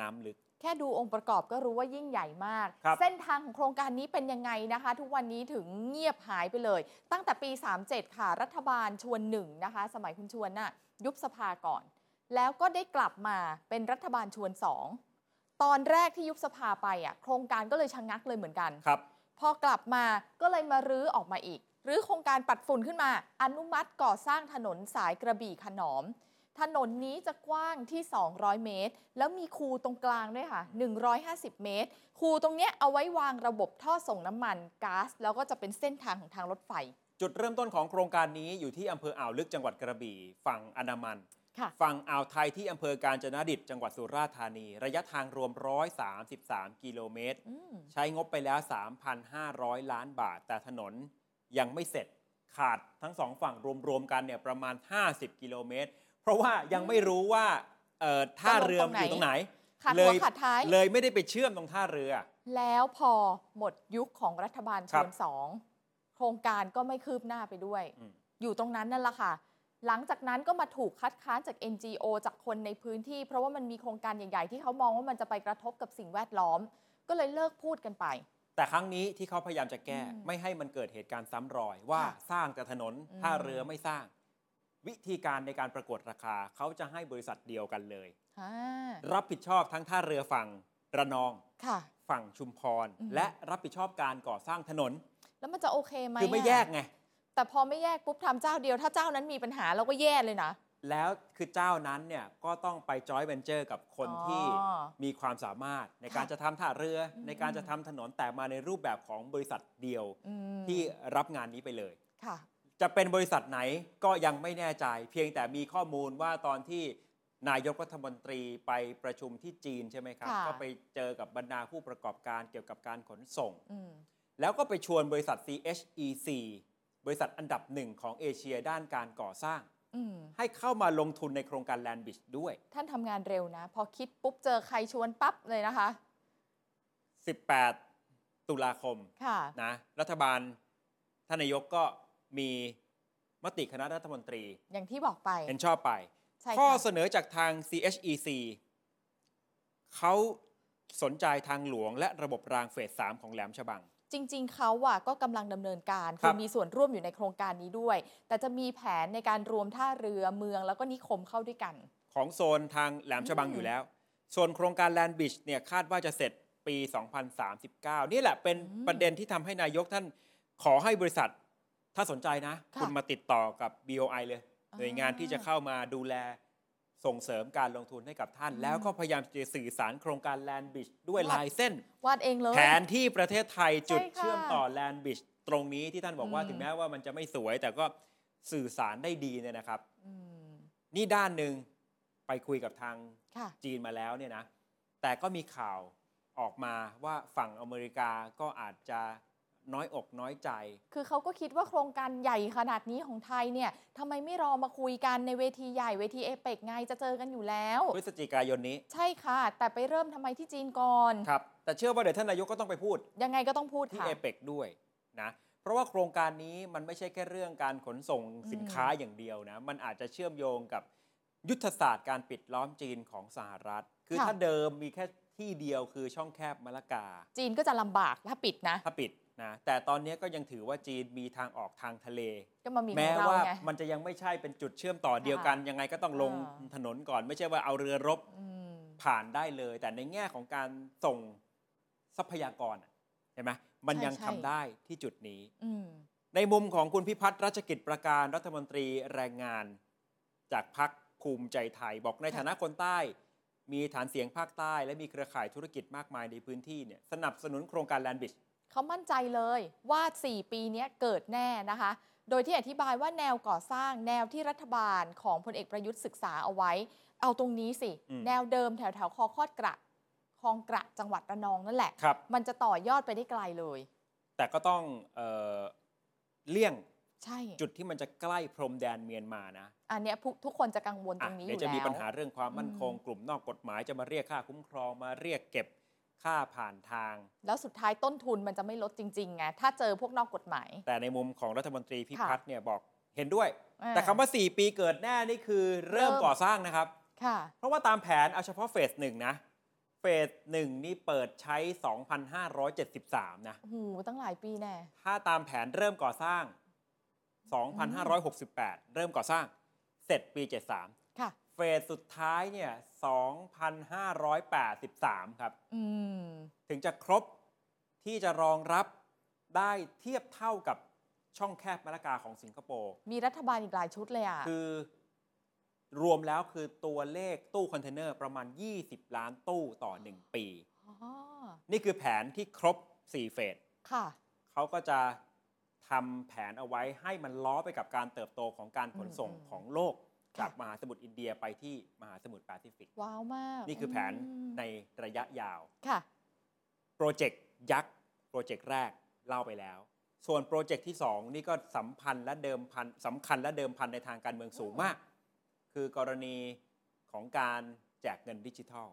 [SPEAKER 2] น้ำลึก
[SPEAKER 3] แค่ดูองค์ประกอบก็รู้ว่ายิ่งใหญ่มาก
[SPEAKER 2] ครับ
[SPEAKER 3] เส้นทางของโครงการนี้เป็นยังไงนะคะ ทุกวันนี้ถึงเงียบหายไปเลย ตั้งแต่ปี 37 ค่ะ รัฐบาลชวนหนึ่งนะคะ สมัยคุณชวนน่ะยุบสภาก่อน แล้วก็ได้กลับมาเป็นรัฐบาลชวนสองตอนแรกที่ยุบสภาไปอ่ะโครงการก็เลยชะงงักเลยเหมือนกัน
[SPEAKER 2] ครับ
[SPEAKER 3] พอกลับมาก็เลยมารื้อออกมาอีก รื้อโครงการปัดฝุ่นขึ้นมา อนุมัติก่อสร้างถนนสายกระบี่ขนอม ถนนนี้จะกว้างที่ 200 เมตร แล้วมีคูตรงกลางด้วยค่ะ 150 เมตร คูตรงเนี้ยเอาไว้วางระบบท่อส่งน้ำมันก๊าซแล้วก็จะเป็นเส้นทางของทางรถไฟ
[SPEAKER 2] จุดเริ่มต้นของโครงการนี้อยู่ที่อำเภออ่าวลึกจังหวัดกระบี่ ฝั่งอันามัน
[SPEAKER 3] ค่ะ
[SPEAKER 2] ฝั่งอ่าวไทยที่อำเภอกาญจนดิตจังหวัดสุราษฎร์ธานี ระยะทางรวม 133 กิโลเมตร
[SPEAKER 3] อืม
[SPEAKER 2] ใช้งบไปแล้ว 3,500 ล้านบาท แต่ถนนยังไม่เสร็จขาดทั้งสองฝั่งรวม ๆ กันเนี่ยประมาณ 50 กิโลเมตร เพราะว่ายังไม่รู้ว่าเอ่อท่าเรือมันอยู่ตรงไหน
[SPEAKER 3] ขาด
[SPEAKER 2] เล
[SPEAKER 3] หัวย ขาดท้าย
[SPEAKER 2] เลยไม่ได้ไปเชื่อมตรงท่าเรือ
[SPEAKER 3] แล้วพอหมดยุคของรัฐบาล
[SPEAKER 2] ค
[SPEAKER 3] ช
[SPEAKER 2] รั
[SPEAKER 3] วน
[SPEAKER 2] บ
[SPEAKER 3] สองโครงการก็ไม่คืบหน้าไปด้วย
[SPEAKER 2] อืม
[SPEAKER 3] อยู่ตรงนั้นนั่นแหละค่ะ หลังจากนั้นก็มาถูกคัดค้านจาก NGO จากคนในพื้นที่ เพราะว่ามันมีโครงการใหญ่ ๆ ที่เขามองว่ามันจะไปกระทบกับสิ่งแวดล้อม ก็เลยเลิกพูดกันไป
[SPEAKER 2] แต่ครั้งนี้ที่เขาพยายามจะแก้
[SPEAKER 3] อืม
[SPEAKER 2] ไม่ให้มันเกิดเหตุการณ์ซ้ำรอย ว่า
[SPEAKER 3] ค่ะ
[SPEAKER 2] สร้างแต่ถนน
[SPEAKER 3] อืม
[SPEAKER 2] ท่าเรือไม่สร้าง วิธีการในการประกวดราคาเขาจะให้บริษัทเดียวกันเลย
[SPEAKER 3] อ่า
[SPEAKER 2] รับผิดชอบทั้งท่าเรือฝั่งระนอง
[SPEAKER 3] ค่ะ
[SPEAKER 2] ฝั่งชุมพร
[SPEAKER 3] อืม
[SPEAKER 2] และรับผิดชอบการก่อสร้างถนน
[SPEAKER 3] แล้วมันจะโอเคไหม
[SPEAKER 2] คือไม่แยก
[SPEAKER 3] ะ
[SPEAKER 2] ไง
[SPEAKER 3] แต่พอไม่แยกปุ๊บทำเจ้าเดียว ถ้าเจ้านั้นมีปัญหาเราก็แย่เลยนะ
[SPEAKER 2] แล้วคือเจ้านั้นเนี่ยก็ต้องไปจอยเวนเจอร์กับคน
[SPEAKER 3] อ๋อ
[SPEAKER 2] ที่มีความสามารถในการ
[SPEAKER 3] ค่ะ
[SPEAKER 2] จะทำท่าเรือ
[SPEAKER 3] อืม
[SPEAKER 2] ในการจะทำถนนแต่มาในรูปแบบของบริษัทเดียว
[SPEAKER 3] อืม
[SPEAKER 2] ที่รับงานนี้ไปเลย
[SPEAKER 3] ค่ะ
[SPEAKER 2] จะเป็นบริษัทไหนก็ยังไม่แน่ใจ เพียงแต่มีข้อมูลว่าตอนที่นายกรัฐมนตรีไปประชุมที่จีนใช่ไหมครับ
[SPEAKER 3] ค่ะ
[SPEAKER 2] ก็ไปเจอกับบรรดาผู้ประกอบการเกี่ยวกับการขนส่ง
[SPEAKER 3] อืม
[SPEAKER 2] แล้วก็ไปชวนบริษัท CHEC บริษัทอันดับหนึ่งของเอเชียด้านการก่อสร้าง
[SPEAKER 3] อืม
[SPEAKER 2] ให้เข้ามาลงทุนในโครงการแลนบิชด้วย
[SPEAKER 3] ท่านทำงานเร็วนะ พอคิดปุ๊บเจอใครชวนปั๊บเลยนะคะ
[SPEAKER 2] 18 ตุลาคม
[SPEAKER 3] ค่ะ
[SPEAKER 2] นะ รัฐบาลท่านนายกก็มีมติคณะรัฐมนตรี
[SPEAKER 3] อย่างที่บอกไป
[SPEAKER 2] เห็นชอบไป
[SPEAKER 3] ใช่
[SPEAKER 2] ข้อ
[SPEAKER 3] ค่ะ
[SPEAKER 2] เสนอจากทาง CHEC เขาสนใจทางหลวงและระบบรางเฟส 3 ของแหลมฉบัง
[SPEAKER 3] จริง ๆ เขาอะก็กำลังดำเนินการ
[SPEAKER 2] ครั
[SPEAKER 3] คื
[SPEAKER 2] บ
[SPEAKER 3] อมีส่วนร่วมอยู่ในโครงการนี้ด้วย แต่จะมีแผนในการรวมท่าเรือเมืองแล้วก็นิคมเข้าด้วยกัน
[SPEAKER 2] ของโซนทางแหลมฉบัง
[SPEAKER 3] อืม
[SPEAKER 2] อยู่แล้ว ส่วนโครงการแลนบิชเนี่ยคาดว่าจะเสร็จปี 2039 นี่แหละเป็นประเด็นที่ทำให้นายกท่านขอให้บริษัท ถ้าสนใจนะ
[SPEAKER 3] ค่ะ
[SPEAKER 2] คุณมาติดต่อกับ BOI เลย หน่วยงานที่จะเข้ามาดูแลส่งเสริมการลงทุนให้กับท่าน
[SPEAKER 3] อืม
[SPEAKER 2] แล้วก็พยายามจะสื่อสารโครงการแลนบิชด้วยลายเส้น
[SPEAKER 3] วาดเองเลย
[SPEAKER 2] แผนที่ประเทศไทยจุด
[SPEAKER 3] ใช่ค่ะ
[SPEAKER 2] เชื่อมต่อแลนบิชตรงนี้ที่ท่านบอกว่า
[SPEAKER 3] อืม
[SPEAKER 2] ถึงแม้ว่ามันจะไม่สวย แต่ก็สื่อสารได้ดีเนี่ยนะครับ
[SPEAKER 3] อืม
[SPEAKER 2] นี่ด้านหนึ่งไปคุยกับทาง
[SPEAKER 3] ค่ะ
[SPEAKER 2] จีนมาแล้วเนี่ยนะ แต่ก็มีข่าวออกมาว่าฝั่งอเมริกาก็อาจจะน้อยอกน้อยใจ
[SPEAKER 3] คือเขาก็คิดว่าโครงการใหญ่ขนาดนี้ของไทยเนี่ยทำไมไม่รอมาคุยกันในเวทีใหญ่เวทีเอเปกไงจะเจอกันอยู่แล้ว
[SPEAKER 2] พฤศจิกายนนี้
[SPEAKER 3] ใช่ค่ะ แต่ไปเริ่มทำไมที่จีนก่อน
[SPEAKER 2] ครับ แต่เชื่อว่าเดี๋ยวท่านนายกก็ต้องไปพูด
[SPEAKER 3] ยังไงก็ต้องพูด
[SPEAKER 2] ที่
[SPEAKER 3] ค่ะ
[SPEAKER 2] เอเปกด้วยนะ เพราะว่าโครงการนี้มันไม่ใช่แค่เรื่องการขนส่งสินค้าอย่างเดียวนะ มันอาจจะเชื่อมโยงกับยุทธศาสตร์การปิดล้อมจีนของสหรัฐ คือ
[SPEAKER 3] ค่ะ
[SPEAKER 2] ถ้าเดิมมีแค่ที่เดียวคือช่องแคบมะละกา
[SPEAKER 3] จีนก็จะลำบากถ้าปิดนะ
[SPEAKER 2] ถ้าปิดนะ แต่ตอนนี้ก็ยังถือว่าจีนมีทางออกทางทะเล
[SPEAKER 3] ก็มามีขอ
[SPEAKER 2] แม้
[SPEAKER 3] งเรา
[SPEAKER 2] ว่า
[SPEAKER 3] ไง
[SPEAKER 2] มันจะยังไม่ใช่เป็นจุดเชื่อมต่อเดียวกัน ยังไงก็ต้องลง
[SPEAKER 3] อ่า
[SPEAKER 2] ถนนก่อน ไม่ใช่ว่าเอาเรือรบ
[SPEAKER 3] อืม
[SPEAKER 2] ผ่านได้เลย แต่ในแง่ของการส่งทรัพยากรอะเห็นไหมมัน
[SPEAKER 3] ใช่
[SPEAKER 2] ยัง
[SPEAKER 3] ใช่
[SPEAKER 2] ทำได้ที่จุดนี้
[SPEAKER 3] อืม
[SPEAKER 2] ในมุมของคุณพิพัฒน์รัชกิจประการรัฐมนตรีแรงงาน จากพักภูมิใจไทยบอกในฐานะคนใต้ มีฐานเสียงภาคใต้ และมีเครือข่ายธุรกิจมากมายในพื้นที่เนี่ยสนับสนุนโครงการแลนบิช
[SPEAKER 3] เขามั่นใจเลยว่า 4 ปีเนี้ยเกิดแน่นะคะ โดยที่อธิบายว่าแนวก่อสร้างแนวที่รัฐบาลของพลเอกประยุทธ์ศึกษาเอาไว้ เอาตรงนี้สิ
[SPEAKER 2] อืม
[SPEAKER 3] แนวเดิมแถวแถวๆคอคอดกระคลองกระจังหวัดระนองนั่นแหละ
[SPEAKER 2] ครับ
[SPEAKER 3] มันจะต่อยอดไปได้ไกลเลย
[SPEAKER 2] แต่ก็ต้องเอ่อเลี่ยง
[SPEAKER 3] ใช่
[SPEAKER 2] จุดที่มันจะใกล้พรมแดนเมียนมานะ
[SPEAKER 3] อันเนี้ยผู้ทุกคนจะกังวลต
[SPEAKER 2] อ่ะ
[SPEAKER 3] รงนี้อ
[SPEAKER 2] เดี๋ยว
[SPEAKER 3] ยู่
[SPEAKER 2] จะมี
[SPEAKER 3] แล้
[SPEAKER 2] ปัญ
[SPEAKER 3] ว
[SPEAKER 2] หาเรื่องความมั่นคง
[SPEAKER 3] อืม
[SPEAKER 2] กลุ่มนอกกฎหมายจะมาเรียกค่าคุ้มครองมาเรียกเก็บค่าผ่านทาง
[SPEAKER 3] แล้วสุดท้ายต้นทุนมันจะไม่ลดจริงๆไงถ้าเจอพวกนอกกฎหมาย
[SPEAKER 2] แต่ในมุมของรัฐมนตรีพิ
[SPEAKER 3] ค่ะ
[SPEAKER 2] พัฒน์เนี่ยบอกเห็นด้วย
[SPEAKER 3] อ่า
[SPEAKER 2] แต่คำว่า 4 ปีเกิดแน่นี่คือเริ่ม
[SPEAKER 3] เริ่ม
[SPEAKER 2] ก่อสร้างนะครับ
[SPEAKER 3] ค่ะ
[SPEAKER 2] เพราะว่าตามแผนเอาเฉพาะเฟสหนึ่งนะ เฟสหนึ่งนี่เปิดใช้ 2,573 นะ
[SPEAKER 3] โอ้โหตั้งหลายปีแน่
[SPEAKER 2] ถ้าตามแผนเริ่มก่อสร้าง 2,568 เริ่มก่อสร้าง เสร็จปี 73
[SPEAKER 3] ค่ะ
[SPEAKER 2] เฟสสุดท้ายเนี่ย 2,583 ครับ
[SPEAKER 3] อืม
[SPEAKER 2] ถึงจะครบที่จะรองรับได้เทียบเท่ากับช่องแคบมะละกาของสิงคโปร์
[SPEAKER 3] มีรัฐบาลอีกหลายชุดเลยอ่ะ
[SPEAKER 2] คือรวมแล้วคือตัวเลขตู้คอนเทนเนอร์ประมาณ 20 ล้านตู้ต่อ 1 ปี
[SPEAKER 3] อ๋อ
[SPEAKER 2] นี่คือแผนที่ครบ 4 เฟส
[SPEAKER 3] ค่ะ
[SPEAKER 2] เขาก็จะทำแผนเอาไว้ให้มันล้อไปกับการเติบโตของการขนส่ง
[SPEAKER 3] อืม
[SPEAKER 2] ของโลก
[SPEAKER 3] ค่ะ
[SPEAKER 2] จากมหาสมุทรอินเดียไปที่มหาสมุทรแปซิฟิก
[SPEAKER 3] ว้าวมาก
[SPEAKER 2] นี่คือแผน
[SPEAKER 3] ม
[SPEAKER 2] ในระยะยาว
[SPEAKER 3] ค่ะ
[SPEAKER 2] โปรเจกต์ยักษ์ โปรเจกต์แรกเล่าไปแล้ว ส่วนโปรเจกต์ที่ 2 นี่ก็สัมพันธ์และเดิมพันสำคัญและเดิมพันในทางการเมืองสูงมาก คือกรณีของการแจกเงินดิจิทัล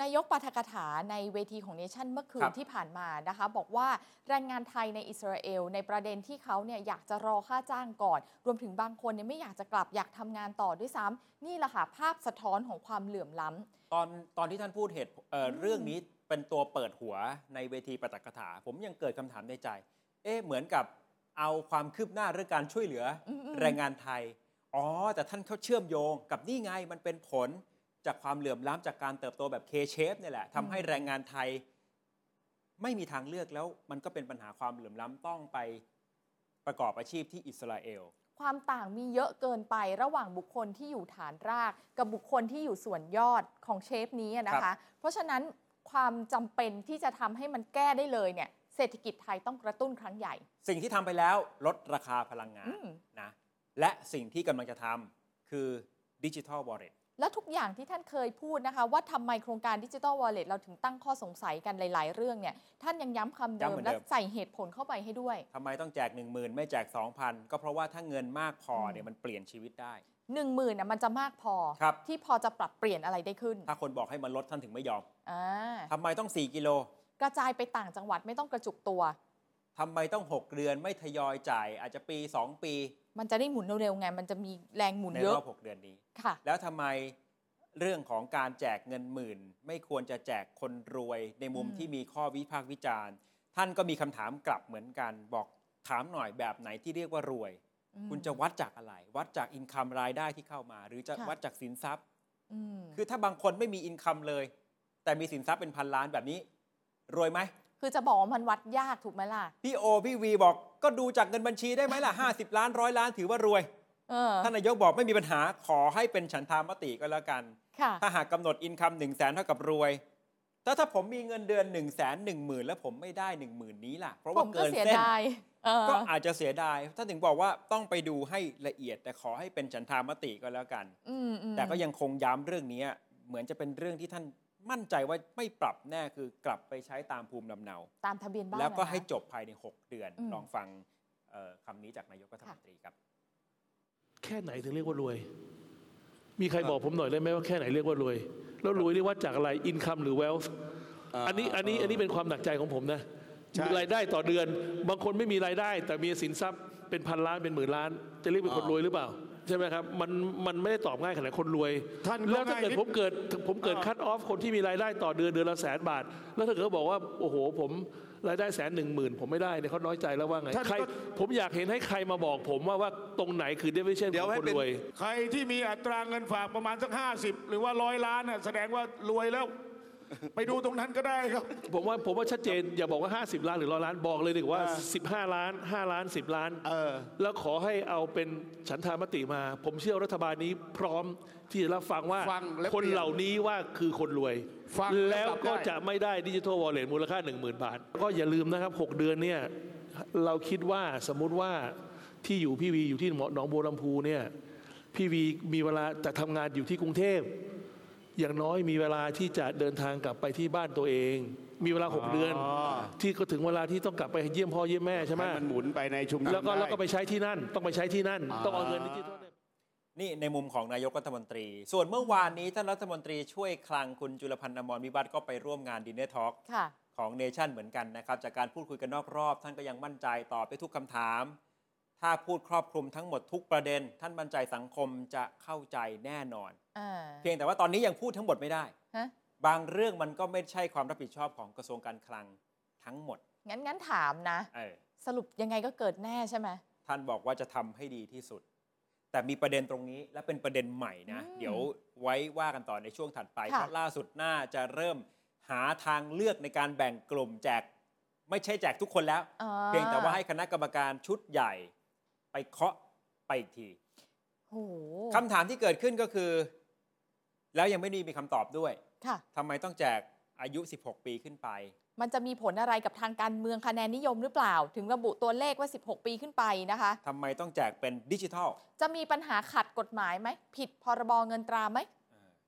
[SPEAKER 3] นายกปาฐกถาในเวทีของเนชั่นเมื่อคื
[SPEAKER 2] ครั
[SPEAKER 3] น
[SPEAKER 2] บ
[SPEAKER 3] ที่ผ่านมานะคะ บอกว่าแรงงานไทยในอิสราเอล ในประเด็นที่เขาเนี่ยอยากจะรอค่าจ้างก่อน รวมถึงบางคนเนี่ยไม่อยากจะกลับอยากทำงานต่อด้วยซ้ำนี่แหละค่ะ ภาพสะท้อนของความเหลื่อมล้ำ
[SPEAKER 2] ตอนตอนที่ท่านพูดเหตุเอ่ออ
[SPEAKER 3] ม
[SPEAKER 2] เรื่องนี้เป็นตัวเปิดหัวในเวทีประจักษ์ถา ผมยังเกิดคำถามในใจ เอ๊ะเหมือนกับเอาความคืบหน้าเรื่องการช่วยเหลืออ
[SPEAKER 3] อืมๆ
[SPEAKER 2] แรงงานไทย อ๋อ แต่ท่านเขาเชื่อมโยงกับนี่ไงมันเป็นผลจากความเหลื่อมล้ำจากการเติบโตแบบ K-shape เนี่ยแหละทำให้แรงงานไทย ไม่มีทางเลือกแล้ว มันก็เป็นปัญหาความเหลื่อมล้ำต้องไปประกอบอาชีพที่อิสราเอล
[SPEAKER 3] ความต่างมีเยอะเกินไประหว่างบุคคลที่อยู่ฐานราก กับบุคคลที่อยู่ส่วนยอดของเชฟนี้อะนะ
[SPEAKER 2] ครั
[SPEAKER 3] คะ
[SPEAKER 2] บ
[SPEAKER 3] เพราะฉะนั้นความจำเป็นที่จะทำให้มันแก้ได้เลยเนี่ยเศรษฐกิจไทยต้องกระตุ้นครั้งใหญ่
[SPEAKER 2] สิ่งที่ทำไปแล้วลดราคาพลังงา
[SPEAKER 3] อื
[SPEAKER 2] น
[SPEAKER 3] ม
[SPEAKER 2] นะและสิ่งที่กำลังจะทำคือดิจิทัล w a l l e t
[SPEAKER 3] และทุกอย่างที่ท่านเคยพูดนะคะ ว่าทำไมโครงการดิจิ t a l w a l l e t เราถึงตั้งข้อสงสัยกันหลาย ๆ เรื่องเนี่ยท่านยังย้ำคำเดิ
[SPEAKER 2] ย้ำเห
[SPEAKER 3] ม
[SPEAKER 2] มือนเดิม
[SPEAKER 3] และใส่เหตุผลเข้าไปให้ด้วย
[SPEAKER 2] ทำไมต้องแจก 1 0,000 ไม่แจก 2,000 ก็เพราะว่าถ้าเงินมากพอ
[SPEAKER 3] อืม
[SPEAKER 2] เนี่ยมันเปลี่ยนชีวิตได้
[SPEAKER 3] 1 0,000ื่นนะมันจะมากพอ
[SPEAKER 2] ครับ
[SPEAKER 3] ที่พอจะปรับเปลี่ยนอะไรได้ขึ้น
[SPEAKER 2] ถ้าคนบอกให้มันลดท่านถึงไม่ยอม
[SPEAKER 3] อ่า
[SPEAKER 2] ทำไมต้อง 4 กิโล
[SPEAKER 3] กระจายไปต่างจังหวัดไม่ต้องกระจุกตัว
[SPEAKER 2] ทำไมต้อง 6 เดือนไม่ทยอยจ่าย อาจจะปี 2 ปี
[SPEAKER 3] มันจะได้หมุนเร็วๆไงมันจะมีแรงหมุน
[SPEAKER 2] ใน
[SPEAKER 3] เย
[SPEAKER 2] ร
[SPEAKER 3] อะ
[SPEAKER 2] อบ 6 เดือนนี้
[SPEAKER 3] ค่ะ
[SPEAKER 2] แล้วทำไมเรื่องของการแจกเงินหมื่น ไม่ควรจะแจกคนรวยในมุม
[SPEAKER 3] อืม
[SPEAKER 2] ที่มีข้อวิพากษ์วิจารณ์ ท่านก็มีคำถามกลับเหมือนกันบอกถามหน่อยแบบไหนที่เรียกว่ารวย
[SPEAKER 3] อืม
[SPEAKER 2] คุณจะวัดจากอะไร วัดจากอินคัมรายได้ที่เข้ามา หรือจะ
[SPEAKER 3] ค่ะ
[SPEAKER 2] วัดจากสินทรัพย์
[SPEAKER 3] อืม
[SPEAKER 2] คือถ้าบางคนไม่มีอินคัมเลย แต่มีสินทรัพย์เป็นพันล้านแบบนี้ รวยไหม
[SPEAKER 3] คือจะบอกว่ามันวัดยากถูกไหมล่ะ
[SPEAKER 2] พี่โอ พี่วีบอกก็ดูจากเงินบัญชีได้ไหม ล่ะ 50 ล้านร้อยล้านถือว่ารวย
[SPEAKER 3] เออ
[SPEAKER 2] ท่านนายกบอกไม่มีปัญหาขอให้เป็นฉันทามติก็แล้วกัน
[SPEAKER 3] ค่ะ
[SPEAKER 2] ถ้าหากกำหนดอินคัม1 0 0 0 0แสนเท่ากับรวยถ้าถ้าผมมีเงินเดือน1นึ่งแสนหนึ่งหมื่นแล้วผมไม่ได้ 1 0,000ื่นนี้ล่ะ เพราะ
[SPEAKER 3] ผ
[SPEAKER 2] ว่าม
[SPEAKER 3] ก็
[SPEAKER 2] เกิน
[SPEAKER 3] เสีย
[SPEAKER 2] เส้น
[SPEAKER 3] ดายเออ
[SPEAKER 2] ก็อาจจะเสียดายท่านถึงบอกว่าต้องไปดูให้ละเอียด แต่ขอให้เป็นฉันทามติก็แล้วกัน
[SPEAKER 3] อืมอืม
[SPEAKER 2] แต่ก็ยังคงย้ำเรื่องนี้เหมือนจะเป็นเรื่องที่ท่านมั่นใจว่าไม่ปรับแน่คือกลับไปใช้ตามภูมิลำเนา
[SPEAKER 3] ตามทะเบียนบ้าน
[SPEAKER 2] แล้วก็
[SPEAKER 3] อะนะ
[SPEAKER 2] ให้จบภายใน 6 เดือน
[SPEAKER 3] อืม
[SPEAKER 2] ลองฟังเอ่อคำนี้จากนายกรัฐมนตรีครับ
[SPEAKER 4] แค่ไหนถึงเรียกว่ารวย มีใครบอกผมหน่อยได้ไหมว่าแค่ไหนเรียกว่ารวย แล้วรวยเรียกว่าจากอะไรอินคัมหรือเวลส์อันนี้อันนี้อันนี้เป็นความหนักใจของผมนะ
[SPEAKER 5] ใช่
[SPEAKER 4] รายได้ต่อเดือน บางคนไม่มีรายได้ แต่มีสินทรัพย์เป็นพันล้านเป็นหมื่นล้าน จะเรียกเป็นคนรวยหรือเปล่า ใช่ไหมครับ มันมันไม่ได้ตอบง่ายขนาดคนรวย
[SPEAKER 5] ท่านก็
[SPEAKER 4] แล้วถ้า
[SPEAKER 5] ง่าย
[SPEAKER 4] เกิด
[SPEAKER 5] นิด
[SPEAKER 4] ผมเกิดผมเกิดคัดออฟคนที่มีรายได้ต่อเดือนเดือนละแสนบาท แล้วถ้าเกิดเขาบอกว่าโอ้โห ผมรายได้แสนหนึ่งหมื่นผมไม่ได้เนี่ยเขาน้อยใจแล้วว่าไง
[SPEAKER 5] ท่านก็
[SPEAKER 4] ใครผมอยากเห็นให้ใครมาบอกผมว่าว่าตรงไหนคือ definition
[SPEAKER 6] เดี๋
[SPEAKER 4] ขอ
[SPEAKER 6] ยว
[SPEAKER 4] ง
[SPEAKER 6] ให้
[SPEAKER 4] คน
[SPEAKER 6] เป็น
[SPEAKER 4] รวย
[SPEAKER 5] ใครที่มีอัตราเงินฝากประมาณสัก 50 หรือว่าร้อยล้านน่ะแสดงว่ารวยแล้ว ไปดูตรงนั้นก็ได้ครับ
[SPEAKER 4] ผมว่าผมว่าชัดเจนอย่าบอกว่า 50 ล้านหรือร้อยล้านบอกเลยดีกว่า
[SPEAKER 5] อ่า
[SPEAKER 4] 15 ล้าน 5 ล้าน 10 ล้าน
[SPEAKER 5] เออ
[SPEAKER 4] แล้วขอให้เอาเป็นฉันทามติมา ผมเชื่อรัฐบาลนี้พร้อมที่จะรับฟังว่า
[SPEAKER 5] ฟังและ
[SPEAKER 4] คน
[SPEAKER 5] เปลี่ยน
[SPEAKER 4] เหล่านี้ว่าคือคนรวย
[SPEAKER 5] ฟังและ
[SPEAKER 4] แล้ว
[SPEAKER 5] ปรับได้
[SPEAKER 4] ก็จะไม่ได้ดิจิทัลวอลเล็ตมูลค่า 10,000 บาท ก็อย่าลืมนะครับ 6 เดือนเนี่ยเราคิดว่าสมมุติว่าที่อยู่พี่วีอยู่ที่หนองบัวลำพูเนี่ยพี่วีมีเวลาจะทำงานอยู่ที่กรุงเทพ อย่างน้อยมีเวลาที่จะเดินทางกลับไปที่บ้านตัวเอง มีเวลา 6 เดือน ที่ก็ถึงเวลาที่ต้องกลับไปเยี่ยมพ่อเยี่ยมแม่ใช่ไหม
[SPEAKER 5] ให้มันหมุนไปในชุมชน
[SPEAKER 4] แล้วก็
[SPEAKER 5] ด้
[SPEAKER 4] แล้วก็ไปใช้ที่นั่น ต้องไปใช้ที่นั่น ต้องเอาเงินดิจิทัลเนี่ย
[SPEAKER 2] นี่ในมุมของนายกรัฐมนตรี ส่วนเมื่อวานนี้ท่านรัฐมนตรีช่วยคลังคุณจุลพันธ์อมรวิวัฒน์ก็ไปร่วมงานดินเนอร์ทอล์ก
[SPEAKER 3] ค่ะ
[SPEAKER 2] ของเนชั่นเหมือนกันนะครับ จากการพูดคุยกันนอกรอบ ท่านก็ยังมั่นใจตอบได้ทุกคำถาม ถ้าพูดครอบคลุมทั้งหมดทุกประเด็น ท่านมั่นใจสังคมจะเข้าใจแน่นอน
[SPEAKER 3] อ่า
[SPEAKER 2] เพียงแต่ว่าตอนนี้ยังพูดทั้งหมดไม่ได้
[SPEAKER 3] ฮะ
[SPEAKER 2] บางเรื่องมันก็ไม่ใช่ความรับผิดชอบของกระทรวงการคลังทั้งหมด
[SPEAKER 3] งั้นงั้นถามนะ
[SPEAKER 2] เออ
[SPEAKER 3] สรุปยังไงก็เกิดแน่ใช่ไหม
[SPEAKER 2] ท่านบอกว่าจะทำให้ดีที่สุด แต่มีประเด็นตรงนี้และเป็นประเด็นใหม่นะ
[SPEAKER 3] อืม
[SPEAKER 2] เดี๋ยวไว้ว่ากันต่อในช่วงถัดไป
[SPEAKER 3] ค่ะ
[SPEAKER 2] เพราะล่าสุดน่าจะเริ่มหาทางเลือกในการแบ่งกลุ่มแจก ไม่ใช่แจกทุกคนแล้ว
[SPEAKER 3] อ่า
[SPEAKER 2] เพียงแต่ว่าให้คณะกรรมการชุดใหญ่ไปเคาะไปอีกที
[SPEAKER 3] โอ้โห
[SPEAKER 2] คำถามที่เกิดขึ้นก็คือ แล้วยังไม่ได้มีคำตอบด้วย
[SPEAKER 3] ค่ะ
[SPEAKER 2] ทำไมต้องแจกอายุ 16 ปีขึ้นไป
[SPEAKER 3] มันจะมีผลอะไรกับทางการเมืองคะแนนนิยมหรือเปล่า ถึงระบุตัวเลขว่า 16 ปีขึ้นไปนะคะ
[SPEAKER 2] ทำไมต้องแจกเป็นดิจิทัล
[SPEAKER 3] จะมีปัญหาขัดกฎหมายไหม ผิดพรบเงินตราไหม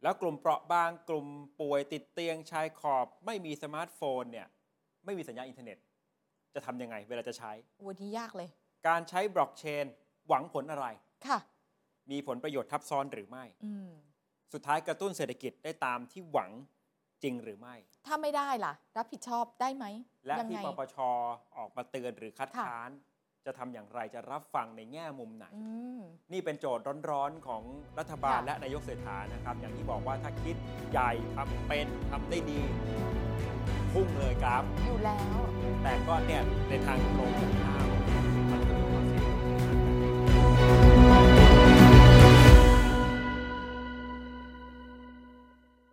[SPEAKER 2] แล้วกลุ่มเปราะบางกลุ่มป่วยติดเตียงชายขอบ ไม่มีสมาร์ทโฟนเนี่ย ไม่มีสัญญาณอินเทอร์เน็ต จะทำยังไงเวลาจะใช้
[SPEAKER 3] วันนี้ยากเลย
[SPEAKER 2] การใช้บล็อกเชน หวังผลอะไร
[SPEAKER 3] ค่ะ
[SPEAKER 2] มีผลประโยชน์ทับซ้อนหรือไม่
[SPEAKER 3] อืม
[SPEAKER 2] สุดท้ายกระตุ้นเศรษฐกิจได้ตามที่หวังจริงหรือไม่
[SPEAKER 3] ถ้าไม่ได้ล่ะ รับผิดชอบได้ไหม
[SPEAKER 2] และ
[SPEAKER 3] ยัง
[SPEAKER 2] ที่
[SPEAKER 3] ไง
[SPEAKER 2] ปปชออกมาเตือนหรือคัด
[SPEAKER 3] ค่ะ
[SPEAKER 2] ค้าน จะทำอย่างไรจะรับฟังในแง่มุมไหน
[SPEAKER 3] อืม
[SPEAKER 2] นี่เป็นโจทย์ร้อนๆ ของรัฐบาล
[SPEAKER 3] ค่ะ
[SPEAKER 2] และนายกเศรษฐานะครับ อย่างที่บอกว่าถ้าคิดใหญ่ทำเป็นทำได้ดี พุ่งเลยครับ
[SPEAKER 3] อยู่แล้ว
[SPEAKER 2] แต่ก็เนี่ยในทางตรงกันข้าม